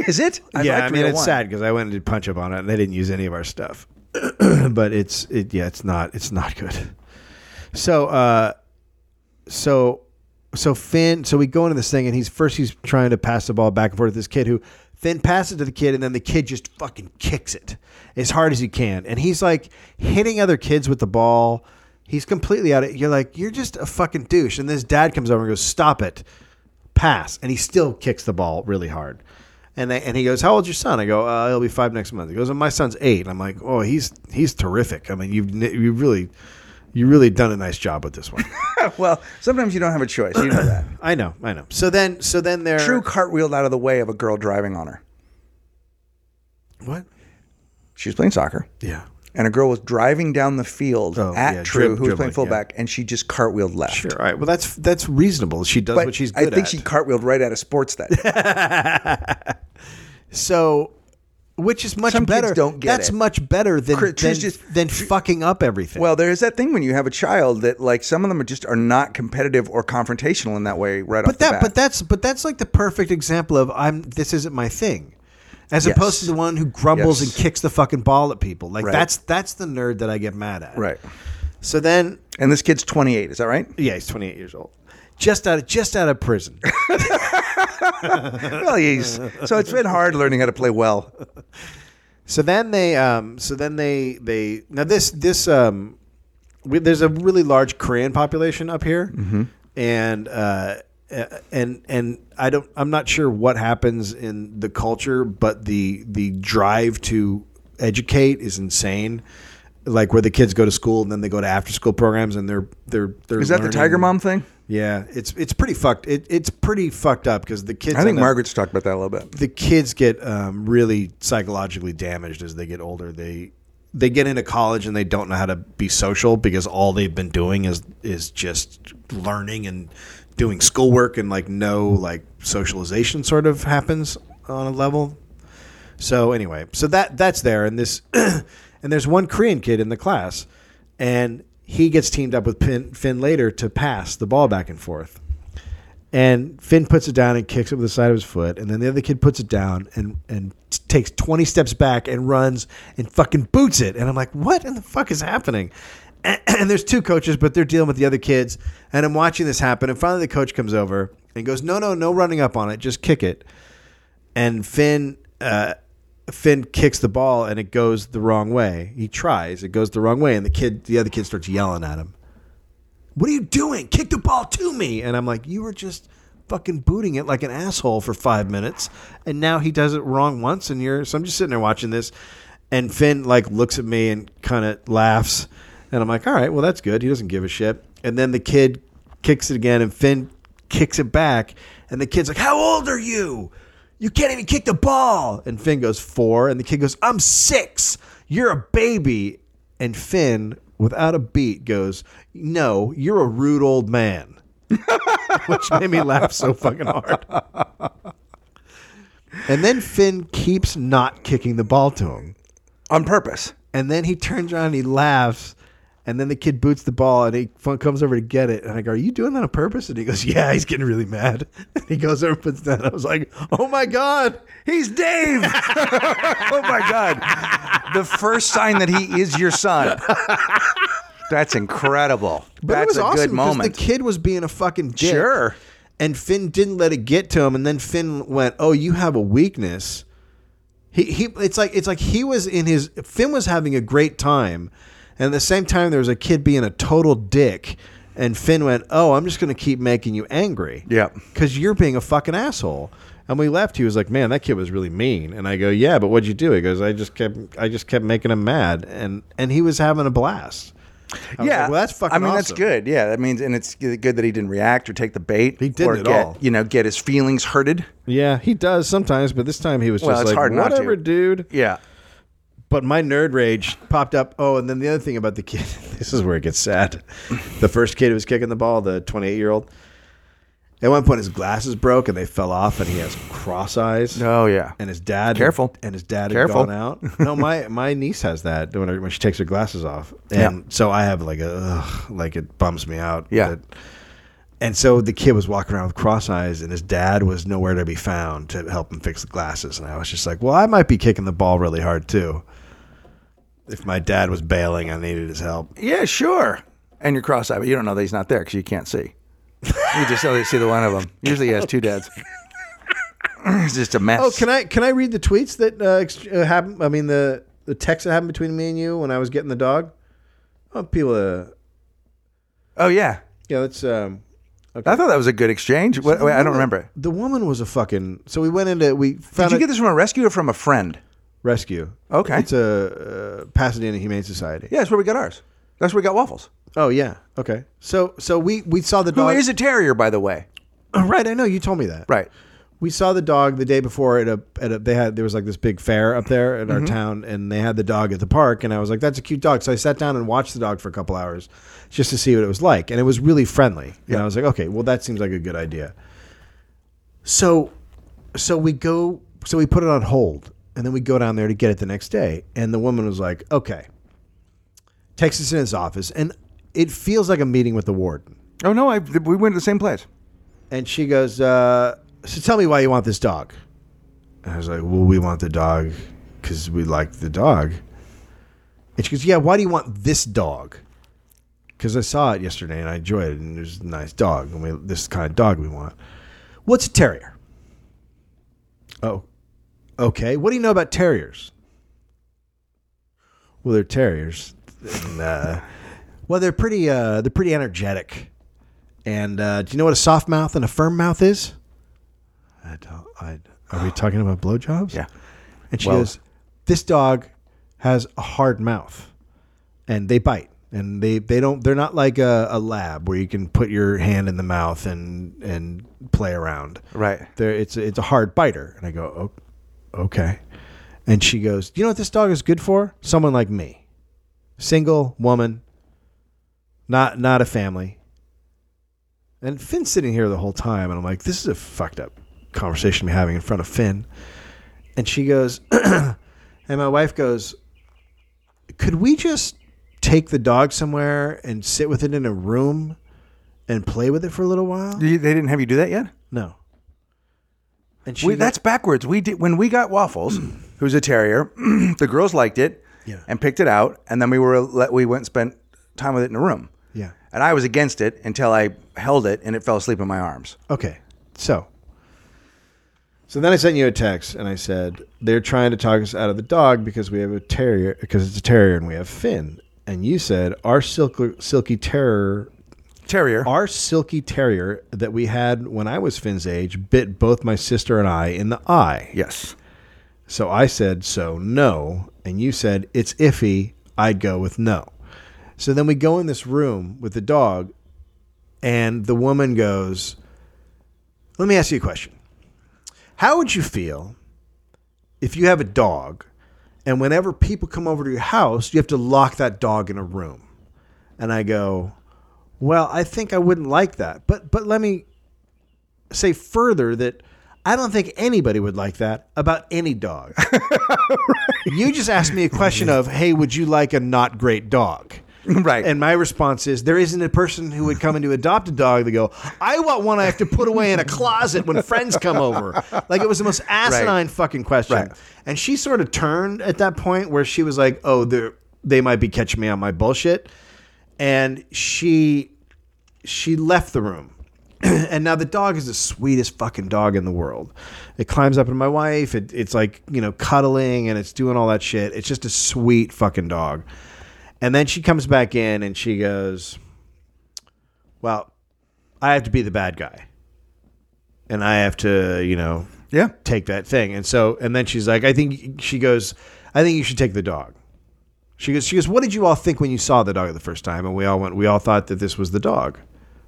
[SPEAKER 2] Is it? I
[SPEAKER 1] yeah, I
[SPEAKER 2] liked
[SPEAKER 1] mean it's
[SPEAKER 2] 301.
[SPEAKER 1] sad because I went and did punch up on it, and they didn't use any of our stuff. but it's it yeah, it's not it's not good. So uh, so so Finn, so we go into this thing, and he's first he's trying to pass the ball back and forth to this kid who Finn passes it to the kid, and then the kid just fucking kicks it as hard as he can, and he's like hitting other kids with the ball. He's completely out of You're like, you're just a fucking douche. And this dad comes over and goes, stop it. Pass. And he still kicks the ball really hard. And, I, and he goes, how old's your son? I go, uh, he'll be five next month. He goes, my son's eight. And I'm like, oh, he's he's terrific. I mean, you've n- you really you really done a nice job with this one.
[SPEAKER 2] well, sometimes you don't have a choice. You know that.
[SPEAKER 1] I know, I know. So then, so then they're
[SPEAKER 2] True cartwheeled out of the way of a girl driving on her.
[SPEAKER 1] What?
[SPEAKER 2] She was playing soccer,
[SPEAKER 1] Yeah,
[SPEAKER 2] and a girl was driving down the field
[SPEAKER 1] Oh,
[SPEAKER 2] at
[SPEAKER 1] yeah,
[SPEAKER 2] True,
[SPEAKER 1] drib-
[SPEAKER 2] who was playing
[SPEAKER 1] dribbling, yeah.
[SPEAKER 2] fullback, and she just cartwheeled left.
[SPEAKER 1] sure. All right. Well, that's that's reasonable. She does
[SPEAKER 2] But
[SPEAKER 1] what she's
[SPEAKER 2] I
[SPEAKER 1] good
[SPEAKER 2] think
[SPEAKER 1] at.
[SPEAKER 2] she cartwheeled right out of sports that day.
[SPEAKER 1] so, which is much
[SPEAKER 2] Some kids
[SPEAKER 1] better.
[SPEAKER 2] don't get
[SPEAKER 1] that's
[SPEAKER 2] it.
[SPEAKER 1] much better than
[SPEAKER 2] Cri-
[SPEAKER 1] than,
[SPEAKER 2] she's just-
[SPEAKER 1] than fucking up everything.
[SPEAKER 2] well, there is that thing when you have a child that like some of them are just are not competitive or confrontational in that way right off
[SPEAKER 1] but that
[SPEAKER 2] the bat.
[SPEAKER 1] but that's but that's like the perfect example of I'm this isn't my thing. As
[SPEAKER 2] Yes.
[SPEAKER 1] opposed to the one who grumbles
[SPEAKER 2] Yes.
[SPEAKER 1] and kicks the fucking ball at people, like
[SPEAKER 2] Right.
[SPEAKER 1] that's that's the nerd that I get mad at.
[SPEAKER 2] right.
[SPEAKER 1] So then,
[SPEAKER 2] And this kid's 28, is that right?
[SPEAKER 1] yeah, he's 28 years old, just out of just out of prison.
[SPEAKER 2] well, he's so it's been hard learning how to play well.
[SPEAKER 1] So then they, um, so then they, they now this this um, we, there's a really large Korean population up here,
[SPEAKER 2] Mm-hmm.
[SPEAKER 1] and uh, a- and and I don't I'm not sure what happens in the culture, but the the drive to educate is insane. Like where the kids go to school and then they go to after school programs and they're they're they're
[SPEAKER 2] Is that the
[SPEAKER 1] learning-
[SPEAKER 2] Tiger Mom thing?
[SPEAKER 1] Yeah, it's it's pretty fucked. It, it's pretty fucked up because the kids.
[SPEAKER 2] I think
[SPEAKER 1] end up-
[SPEAKER 2] Margaret's talked about that a little bit.
[SPEAKER 1] the kids get um, really psychologically damaged as they get older. They they get into college and they don't know how to be social because all they've been doing is is just learning and doing schoolwork and like no like socialization sort of happens on a level. So anyway, so that that's there and this and there's one Korean kid in the class and he gets teamed up with Finn, Finn later to pass the ball back and forth. And Finn puts it down and kicks it with the side of his foot, and then the other kid puts it down and and t- takes twenty steps back and runs and fucking boots it. And I'm like, what in the fuck is happening? And, and there's two coaches, but they're dealing with the other kids, and I'm watching this happen. And finally, the coach comes over and goes, no, no, no running up on it, just kick it. And Finn. Uh, Finn kicks the ball and it goes the wrong way. He tries, it goes the wrong way, and the kid, the other kid, starts yelling at him. What are you doing? Kick the ball to me! And I'm like, you were just fucking booting it like an asshole for five minutes, and now he does it wrong once, and you're. So I'm just sitting there watching this, and Finn like looks at me and kind of laughs, and I'm like, all right, well that's good. He doesn't give a shit. And then the kid kicks it again, and Finn kicks it back, and the kid's like, how old are you? You can't even kick the ball. And Finn goes four, and the kid goes, I'm six. You're a baby. And Finn, without a beat, goes, No, you're a rude old man. Which made me laugh so fucking hard. And then Finn keeps not kicking the ball to him.
[SPEAKER 2] On purpose.
[SPEAKER 1] And then he turns around and he laughs. And then the kid boots the ball and he f- comes over to get it. And I go, Are you doing that on purpose? And he goes, Yeah, he's getting really mad. And he goes over and puts it down. I was like, Oh my God.
[SPEAKER 2] He's Dave. oh my God. The first sign that he is your son. That's incredible.
[SPEAKER 1] But
[SPEAKER 2] That's
[SPEAKER 1] it was
[SPEAKER 2] a
[SPEAKER 1] awesome
[SPEAKER 2] good
[SPEAKER 1] because
[SPEAKER 2] moment.
[SPEAKER 1] the kid was being a fucking dick.
[SPEAKER 2] Sure.
[SPEAKER 1] And Finn didn't let it get to him, and then Finn went, "Oh, you have a weakness." He he. It's like it's like he was in his Finn was having a great time, and at the same time there was a kid being a total dick, and Finn went, "Oh, I'm just going to keep making you angry."
[SPEAKER 2] Yep.
[SPEAKER 1] because you're being a fucking asshole. And we left. He was like, "Man, that kid was really mean." And I go, "Yeah, but what'd you do?" He goes, "I just kept, I just kept making him mad, and and he was having a blast." I was
[SPEAKER 2] yeah,
[SPEAKER 1] like, well, that's fucking.
[SPEAKER 2] I mean, that's
[SPEAKER 1] awesome."
[SPEAKER 2] good. Yeah, that means, and it's good that he didn't react or take the bait.
[SPEAKER 1] He didn't
[SPEAKER 2] or
[SPEAKER 1] at
[SPEAKER 2] get,
[SPEAKER 1] all.
[SPEAKER 2] You know, get his feelings hurted.
[SPEAKER 1] Yeah, he does sometimes, but this time he was
[SPEAKER 2] Well,
[SPEAKER 1] just
[SPEAKER 2] it's
[SPEAKER 1] like,
[SPEAKER 2] hard not to.
[SPEAKER 1] whatever, dude.
[SPEAKER 2] Yeah.
[SPEAKER 1] But my nerd rage popped up. Oh, and then the other thing about the kid, this is where it gets sad. The first kid who was kicking the ball, the 28 year old, at one point his glasses broke and they fell off, and he has cross eyes.
[SPEAKER 2] Oh yeah.
[SPEAKER 1] And his dad,
[SPEAKER 2] Careful.
[SPEAKER 1] And his dad had
[SPEAKER 2] Careful.
[SPEAKER 1] gone out. No, my my niece has that when, her- when she takes her glasses off, and
[SPEAKER 2] Yeah.
[SPEAKER 1] so I have like a ugh, like it bums me out.
[SPEAKER 2] Yeah.
[SPEAKER 1] that- and so the kid was walking around with cross eyes, and his dad was nowhere to be found to help him fix the glasses. And I was just like, well, I might be kicking the ball really hard too. If my dad was bailing, I needed his help.
[SPEAKER 2] Yeah, sure. And you're cross-eyed, but you don't know that he's not there because you can't see. You just only see the one of them. Usually, he has two dads. it's just a mess.
[SPEAKER 1] Oh, can I can I read the tweets that uh, ex- uh, happened? I mean the the text that happened between me and you when I was getting the dog. Oh, people, uh,
[SPEAKER 2] Oh yeah,
[SPEAKER 1] Yeah, that's um. Okay.
[SPEAKER 2] I thought that was a good exchange. What, wait, I don't remember. it.
[SPEAKER 1] The woman was a fucking. So we went into we found
[SPEAKER 2] Did you
[SPEAKER 1] a
[SPEAKER 2] get this from a rescue or from a friend?
[SPEAKER 1] rescue.
[SPEAKER 2] Okay.
[SPEAKER 1] it's a uh, Pasadena Humane Society.
[SPEAKER 2] Yeah, that's where we got ours. That's where we got waffles.
[SPEAKER 1] Oh yeah. Okay. So so we we saw the
[SPEAKER 2] Who
[SPEAKER 1] dog.
[SPEAKER 2] is a terrier, by the way?
[SPEAKER 1] Oh, right. I know you told me that.
[SPEAKER 2] Uh, Right.
[SPEAKER 1] We saw the dog the day before at a at a they had there was like this big fair up there in our town and they had the dog at the park and I was like that's a cute dog so I sat down and watched the dog for a couple hours just to see what it was like and it was really friendly and I was like okay well that seems like a good idea. So so we go so we put it on hold and then we go down there to get it the next day and the woman was like okay takes us in his office and it feels like a meeting with the warden
[SPEAKER 2] Oh no, I, we went to the same place.
[SPEAKER 1] and she goes, uh, "So tell me why you want this dog." And I was like, "Well, we want the dog because we like the dog." And she goes, "Yeah, why do you want this dog?" Because I saw it yesterday and I enjoyed it, and it was a nice dog, and we this is the kind of dog we want. What's a terrier? Oh, okay. What do you know about terriers? Well, they're terriers. And, uh, well, they're pretty. Uh, they're pretty energetic. And uh, do you know what a soft mouth and a firm mouth is? I don't. I, are we talking about blowjobs?
[SPEAKER 2] Yeah.
[SPEAKER 1] And she
[SPEAKER 2] Well-
[SPEAKER 1] goes, "This dog has a hard mouth, and they bite, and they they don't. They're not like a, a lab where you can put your hand in the mouth and and play around.
[SPEAKER 2] Right.
[SPEAKER 1] There, it's a- it's a hard biter." And I go, "Oh, okay." And she goes, "You know what this dog is good for? Someone like me, single woman, not not a family." And Finn's sitting here the whole time, and I'm like, this is a fucked up conversation I'm having in front of Finn. And she goes, and my wife goes, could we just take the dog somewhere and sit with it in a room and play with it for a little while?
[SPEAKER 2] You- They didn't have you do that yet.
[SPEAKER 1] No. And she,
[SPEAKER 2] We,
[SPEAKER 1] go-
[SPEAKER 2] that's backwards. We did when we got waffles, who's a terrier. the girls liked it,
[SPEAKER 1] Yeah.
[SPEAKER 2] and picked it out, and then we were let we went and spent time with it in a room.
[SPEAKER 1] yeah.
[SPEAKER 2] And I was against it until I held it and it fell asleep in my arms.
[SPEAKER 1] Okay. So. So then I sent you a text and I said they're trying to talk us out of the dog because we have a terrier because it's a terrier and we have Finn. And you said our silky silky terror
[SPEAKER 2] Terrier.
[SPEAKER 1] our silky terrier that we had when I was Finn's age bit both my sister and I in the eye.
[SPEAKER 2] yes.
[SPEAKER 1] So I said so no and you said it's iffy, I'd go with no. So then we go in this room with the dog and the woman goes, Let me ask you a question. How would you feel if you have a dog and whenever people come over to your house, you have to lock that dog in a room? And I go, Well, I think I wouldn't like that. But but let me say further that I don't think anybody would like that about any dog. You just asked me a question of, hey, would you like a not great dog?
[SPEAKER 2] Right.
[SPEAKER 1] And my response is there isn't a person who would come in to adopt a dog that go, I want one I have to put away in a closet when friends come over. Like it was the most asinine fucking question.
[SPEAKER 2] Right.
[SPEAKER 1] And she sort of turned at that point where she was like, Oh, they're they might be catching me on my bullshit. And she she left the room. and now the dog is the sweetest fucking dog in the world. It climbs up on my wife. It, it's like, you know, cuddling and it's doing all that shit. It's just a sweet fucking dog. And then she comes back in and she goes, Well, I have to be the bad guy. And I have to, you know,
[SPEAKER 2] Yeah.
[SPEAKER 1] take that thing. And so, and then she's like, I think she goes, I think you should take the dog. She goes, she goes, what did you all think when you saw the dog the first time? And we all went, we all thought that this was the dog.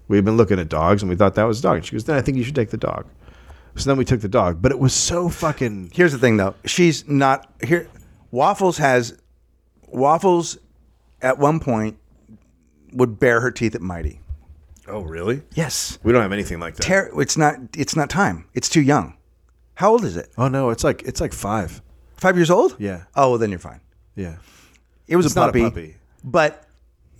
[SPEAKER 1] We've been looking at dogs and we thought that was the dog. And she goes, then I think you should take the dog. So then we took the dog, but it was so fucking
[SPEAKER 2] Here's the thing though. She's not here Waffles has Waffles at one point would bare her teeth at Mighty.
[SPEAKER 1] Oh, really?
[SPEAKER 2] Yes.
[SPEAKER 1] We don't have anything like that.
[SPEAKER 2] Ter- it's not it's not time. It's too young. How old is it?
[SPEAKER 1] oh no, it's like it's like 5.
[SPEAKER 2] 5 years old?
[SPEAKER 1] Yeah.
[SPEAKER 2] Oh, well, then you're fine.
[SPEAKER 1] Yeah.
[SPEAKER 2] It was
[SPEAKER 1] It's
[SPEAKER 2] a,
[SPEAKER 1] not a
[SPEAKER 2] puppy,
[SPEAKER 1] puppy.
[SPEAKER 2] But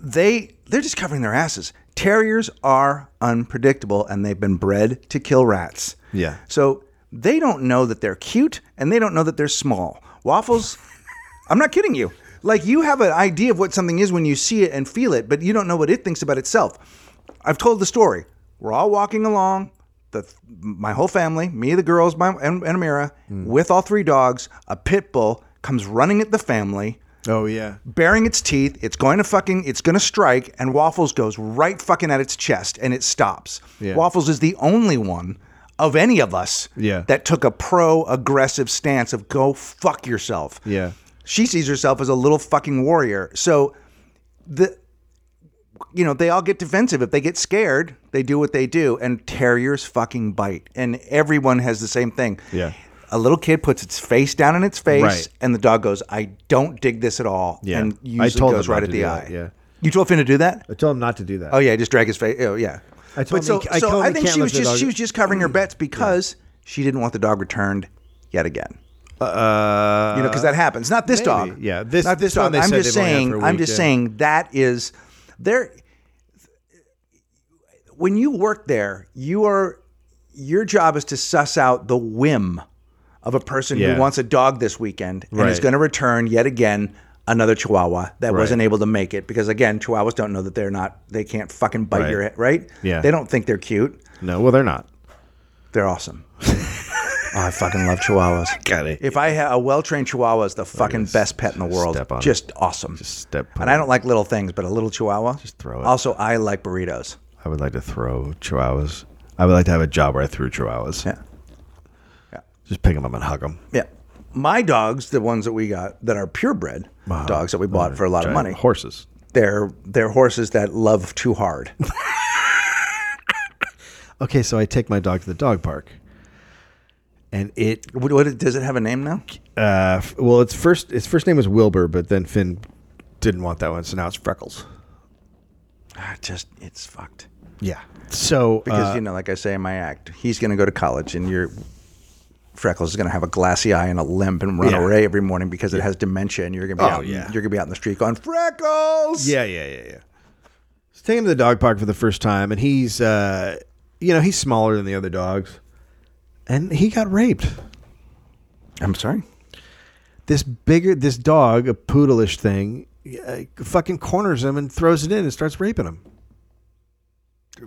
[SPEAKER 2] they they're just covering their asses. Terriers are unpredictable and they've been bred to kill rats.
[SPEAKER 1] Yeah.
[SPEAKER 2] So they don't know that they're cute and they don't know that they're small. Waffles I'm not kidding you. Like you have an idea of what something is when you see it and feel it, but you don't know what it thinks about itself. I've told the story. We're all walking along, the my whole family, me, the
[SPEAKER 1] Mm.
[SPEAKER 2] girls, my and, and Amira, with all three dogs. A pit bull comes running at the family,
[SPEAKER 1] Oh yeah.
[SPEAKER 2] baring its teeth. It's going to fucking, it's going to strike, and Waffles goes right fucking at its chest and it stops.
[SPEAKER 1] Yeah.
[SPEAKER 2] Waffles is the only one of any of us
[SPEAKER 1] Yeah.
[SPEAKER 2] that took a pro aggressive stance of go fuck yourself.
[SPEAKER 1] Yeah.
[SPEAKER 2] She sees herself as a little fucking warrior. So the, you know, they all get defensive. If they get scared, they do what they do, and terriers fucking bite. And everyone has the same thing.
[SPEAKER 1] Yeah.
[SPEAKER 2] A little kid puts its face down in its face,
[SPEAKER 1] Right.
[SPEAKER 2] and the dog goes, "I don't dig this at all."
[SPEAKER 1] Yeah.
[SPEAKER 2] and
[SPEAKER 1] I
[SPEAKER 2] usually
[SPEAKER 1] told
[SPEAKER 2] goes
[SPEAKER 1] him not
[SPEAKER 2] right
[SPEAKER 1] to
[SPEAKER 2] at
[SPEAKER 1] do
[SPEAKER 2] the
[SPEAKER 1] that,
[SPEAKER 2] eye.
[SPEAKER 1] yeah.
[SPEAKER 2] you told him to do that.
[SPEAKER 4] I told him not to do that.
[SPEAKER 2] Oh yeah, just drag his face. Oh yeah.
[SPEAKER 4] I told
[SPEAKER 2] but
[SPEAKER 4] him
[SPEAKER 2] so,
[SPEAKER 4] he ca- I
[SPEAKER 2] so
[SPEAKER 4] told him
[SPEAKER 2] I
[SPEAKER 4] he
[SPEAKER 2] think
[SPEAKER 4] can't
[SPEAKER 2] she
[SPEAKER 4] let
[SPEAKER 2] was
[SPEAKER 4] the
[SPEAKER 2] just
[SPEAKER 4] dog-
[SPEAKER 2] she was just covering her bets because she didn't want the dog returned yet again.
[SPEAKER 1] Uh,
[SPEAKER 2] You know, because that happens. Not this dog.
[SPEAKER 1] Yeah, this-
[SPEAKER 2] Not this,
[SPEAKER 1] this one
[SPEAKER 2] dog.
[SPEAKER 1] they
[SPEAKER 2] I'm
[SPEAKER 1] said
[SPEAKER 2] just
[SPEAKER 1] they've only had
[SPEAKER 2] saying.
[SPEAKER 1] for a
[SPEAKER 2] I'm
[SPEAKER 1] week,
[SPEAKER 2] just
[SPEAKER 1] yeah.
[SPEAKER 2] saying that is there. When you work there, you are your job is to suss out the whim of a person
[SPEAKER 1] Yeah.
[SPEAKER 2] who wants a dog this weekend and is
[SPEAKER 1] Right.
[SPEAKER 2] going to return yet again another Chihuahua that wasn't able to make it because again, Chihuahuas don't know that they're not they can't fucking bite
[SPEAKER 1] Right.
[SPEAKER 2] your head, right?
[SPEAKER 1] Yeah.
[SPEAKER 2] they don't think they're cute.
[SPEAKER 1] no, well they're not.
[SPEAKER 2] They're awesome. oh, I fucking love Chihuahuas.
[SPEAKER 1] Got it.
[SPEAKER 2] If I had a well trained Chihuahua, is the fucking best pet in the world.
[SPEAKER 1] step on it.
[SPEAKER 2] Just awesome.
[SPEAKER 1] step
[SPEAKER 2] and I don't like little things, but a little Chihuahua. Just
[SPEAKER 1] throw it.
[SPEAKER 2] Also, I like burritos.
[SPEAKER 1] I would like to throw chihuahuas. I would like to have a job where I threw chihuahuas.
[SPEAKER 2] Yeah.
[SPEAKER 1] Just pick them up and hug them.
[SPEAKER 2] Yeah. My dogs, the ones that we got that are purebred dogs that we bought for a lot of money,
[SPEAKER 1] Horses.
[SPEAKER 2] they're they're horses that love too hard.
[SPEAKER 1] Okay, so I take my dog to the dog park, and it
[SPEAKER 2] what, what- does it have a name now?
[SPEAKER 1] uh, f- well, its first its first name was Wilbur, but then Finn didn't want that one, so now it's Freckles.
[SPEAKER 2] Ah, Just it's fucked.
[SPEAKER 1] Yeah. So
[SPEAKER 2] Because
[SPEAKER 1] uh,
[SPEAKER 2] you know, like I say in my act, he's going to go to college, and your freckles is going to have a glassy eye and a limp and run
[SPEAKER 1] Yeah.
[SPEAKER 2] away every morning because it has dementia, and you're going to be
[SPEAKER 1] Oh,
[SPEAKER 2] out.
[SPEAKER 1] yeah.
[SPEAKER 2] You're going to be out in the street going freckles.
[SPEAKER 1] Yeah, yeah, yeah, yeah. So take him to the dog park for the first time, and he's, uh, you know, he's smaller than the other dogs, and he got raped.
[SPEAKER 2] I'm sorry.
[SPEAKER 1] This bigger, this dog, a poodleish thing, uh, fucking corners him and throws it in and starts raping him.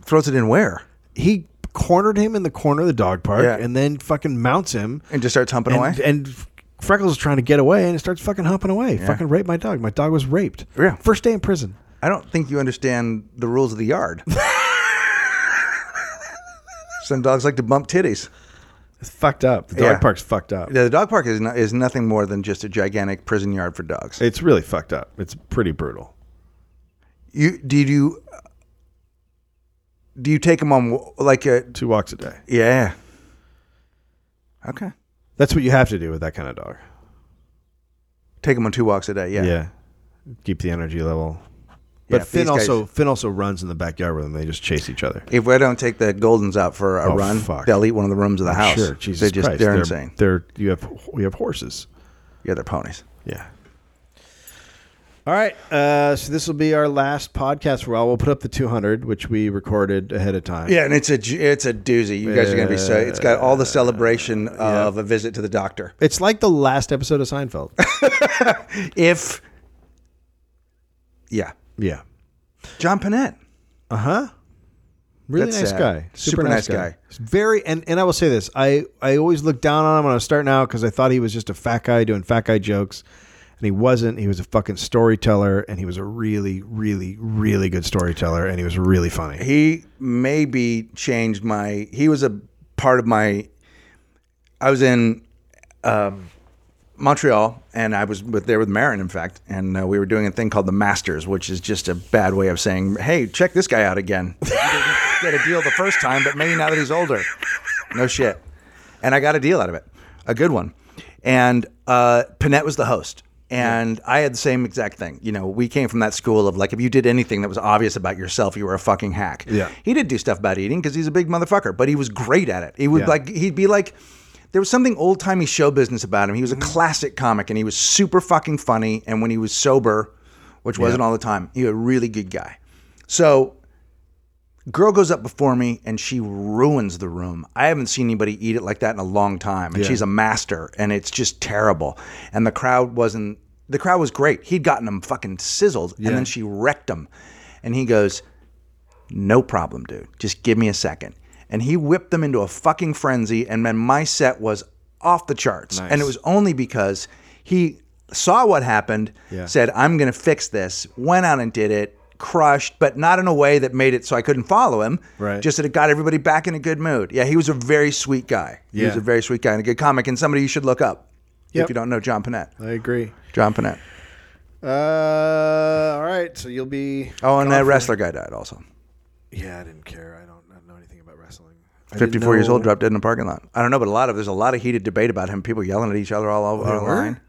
[SPEAKER 2] Throws it in where?
[SPEAKER 1] He cornered him in the corner of the dog park,
[SPEAKER 2] Yeah.
[SPEAKER 1] and then fucking mounts him,
[SPEAKER 2] And just starts humping
[SPEAKER 1] and,
[SPEAKER 2] away.
[SPEAKER 1] and Freckles is trying to get away, and it starts fucking humping away. Fucking rape my dog. My dog was raped.
[SPEAKER 2] Yeah.
[SPEAKER 1] First day in prison.
[SPEAKER 2] I don't think you understand the rules of the yard. Some dogs like to bump titties.
[SPEAKER 1] It's fucked up. The dog
[SPEAKER 2] Yeah.
[SPEAKER 1] park's fucked up.
[SPEAKER 2] The dog park is no, is nothing more than just a gigantic prison yard for dogs.
[SPEAKER 1] It's really fucked up. It's pretty brutal.
[SPEAKER 2] You did you uh, do you take them on wa- like uh, a
[SPEAKER 1] Two walks a day.
[SPEAKER 2] Yeah. Okay.
[SPEAKER 1] That's what you have to do with that kind of dog.
[SPEAKER 2] Take them on two walks a day. Yeah.
[SPEAKER 1] Keep the energy level. But
[SPEAKER 2] Yeah,
[SPEAKER 1] Finn
[SPEAKER 2] these guys-
[SPEAKER 1] also Finn also runs in the backyard with them. They just chase each other.
[SPEAKER 2] If I don't take the Goldens out for a
[SPEAKER 1] Oh,
[SPEAKER 2] run,
[SPEAKER 1] fuck.
[SPEAKER 2] they'll eat one of the rooms of the house.
[SPEAKER 1] Sure, Jesus
[SPEAKER 2] they're just
[SPEAKER 1] Christ.
[SPEAKER 2] they're, insane.
[SPEAKER 1] They're you have we have horses.
[SPEAKER 2] Yeah, they're ponies.
[SPEAKER 1] Yeah. All right. Uh, so this will be our last podcast for a while. We'll put up the 200, which we recorded ahead of time.
[SPEAKER 2] Yeah, and it's a ju- it's a doozy. You guys are gonna be so. It's got all the celebration of a visit to the doctor.
[SPEAKER 1] It's like the last episode of Seinfeld.
[SPEAKER 2] If yeah,
[SPEAKER 1] yeah.
[SPEAKER 2] John Panette.
[SPEAKER 1] Uh huh. Really
[SPEAKER 2] That's
[SPEAKER 1] nice
[SPEAKER 2] sad.
[SPEAKER 1] guy.
[SPEAKER 2] Super nice guy.
[SPEAKER 1] He's Very and and I will say this. I I always looked down on him when I was starting out because I thought he was just a fat guy doing fat guy jokes, and he wasn't. He was a fucking storyteller, and he was a really, really, really good storyteller, and he was really funny.
[SPEAKER 2] He maybe changed my. He was a part of my. I was in um, Montreal, and I was with there with Marin, in fact, and uh, we were doing a thing called the Masters, which is just a bad way of saying, "Hey, check this guy out again." You didn't get a deal the first time, but maybe now that he's older, no shit. And I got a deal out of it, a good one. And uh, Panette was the host. And I had the same exact thing. You know, we came from that school of like, if you did anything that was obvious about yourself, you were a fucking hack.
[SPEAKER 1] Yeah.
[SPEAKER 2] He did do stuff about eating because he's a big motherfucker, but he was great at it. He would
[SPEAKER 1] Yeah.
[SPEAKER 2] like, he'd be like, there was something old timey show business about him. He was a classic comic and he was super fucking funny. And when he was sober, which wasn't all the time, he was a really good guy. So, girl goes up before me and she ruins the room. I haven't seen anybody eat it like that in a long time. And she's a master and it's just terrible. And the crowd wasn't, the crowd was great. He'd gotten them fucking sizzled and then she wrecked them. And he goes, no problem, dude. Just give me a second. And he whipped them into a fucking frenzy. And then my set was off the charts. And it was only because he saw what happened,
[SPEAKER 1] Yeah.
[SPEAKER 2] said, I'm going to fix this, went out and did it, crushed, but not in a way that made it so I couldn't follow him.
[SPEAKER 1] Right.
[SPEAKER 2] Just that it got everybody back in a good mood. Yeah, he was a very sweet guy. He was
[SPEAKER 1] Yeah.
[SPEAKER 2] a very sweet guy and a good comic and somebody you should look up if
[SPEAKER 4] Yep.
[SPEAKER 2] you don't know John Panette.
[SPEAKER 4] I agree.
[SPEAKER 2] John Panette.
[SPEAKER 4] Uh, all right. So you'll be.
[SPEAKER 2] Oh, and that wrestler guy died also.
[SPEAKER 1] Yeah, I didn't care. I don't, I don't know anything about wrestling. I didn't
[SPEAKER 2] 54 years
[SPEAKER 1] know-
[SPEAKER 2] old, dropped dead in a parking lot. I don't know, but a lot of there's a lot of heated debate about him. People yelling at each other all over online.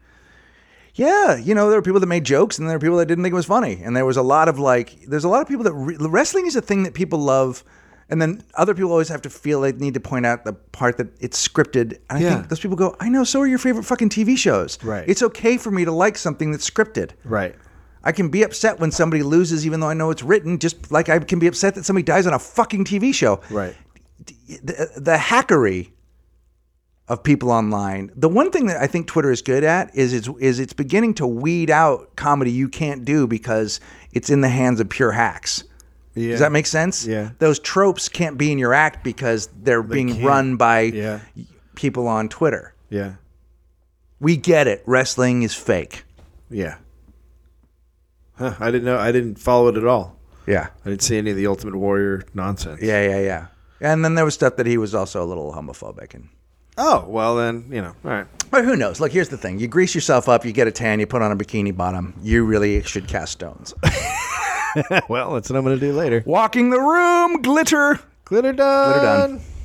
[SPEAKER 2] Yeah, you know, there were people that made jokes, and there were people that didn't think it was funny, and there was a lot of like, there's a lot of people that re- wrestling is a thing that people love, and then other people always have to feel they need to point out the part that it's scripted. And I
[SPEAKER 1] Yeah.
[SPEAKER 2] think those people go, I know, so are your favorite fucking TV shows.
[SPEAKER 1] Right.
[SPEAKER 2] It's okay for me to like something that's scripted.
[SPEAKER 1] Right.
[SPEAKER 2] I can be upset when somebody loses, even though I know it's written. Just like I can be upset that somebody dies on a fucking TV show
[SPEAKER 1] Right.
[SPEAKER 2] the, the hackery of people online. The one thing that I think Twitter is good at is it's is it's beginning to weed out comedy you can't do because it's in the hands of pure hacks.
[SPEAKER 1] Yeah.
[SPEAKER 2] Does that make sense?
[SPEAKER 1] Yeah.
[SPEAKER 2] Those tropes can't be in your act because they're being run by
[SPEAKER 1] Yeah.
[SPEAKER 2] people on Twitter.
[SPEAKER 1] Yeah.
[SPEAKER 2] We get it. Wrestling is fake.
[SPEAKER 1] Yeah. Huh, I didn't know. I didn't follow it at all.
[SPEAKER 2] Yeah.
[SPEAKER 1] I didn't see any of the Ultimate Warrior nonsense.
[SPEAKER 2] Yeah, yeah, yeah. And then there was stuff that he was also a little homophobic and
[SPEAKER 1] Oh well, then you know. All right.
[SPEAKER 2] But who knows? Look, here's the thing: you grease yourself up, you get a tan, you put on a bikini bottom. You really should cast stones.
[SPEAKER 1] well, that's what I'm gonna do later.
[SPEAKER 2] Walking the room, glitter.
[SPEAKER 1] Glitter done.
[SPEAKER 2] Glitter done.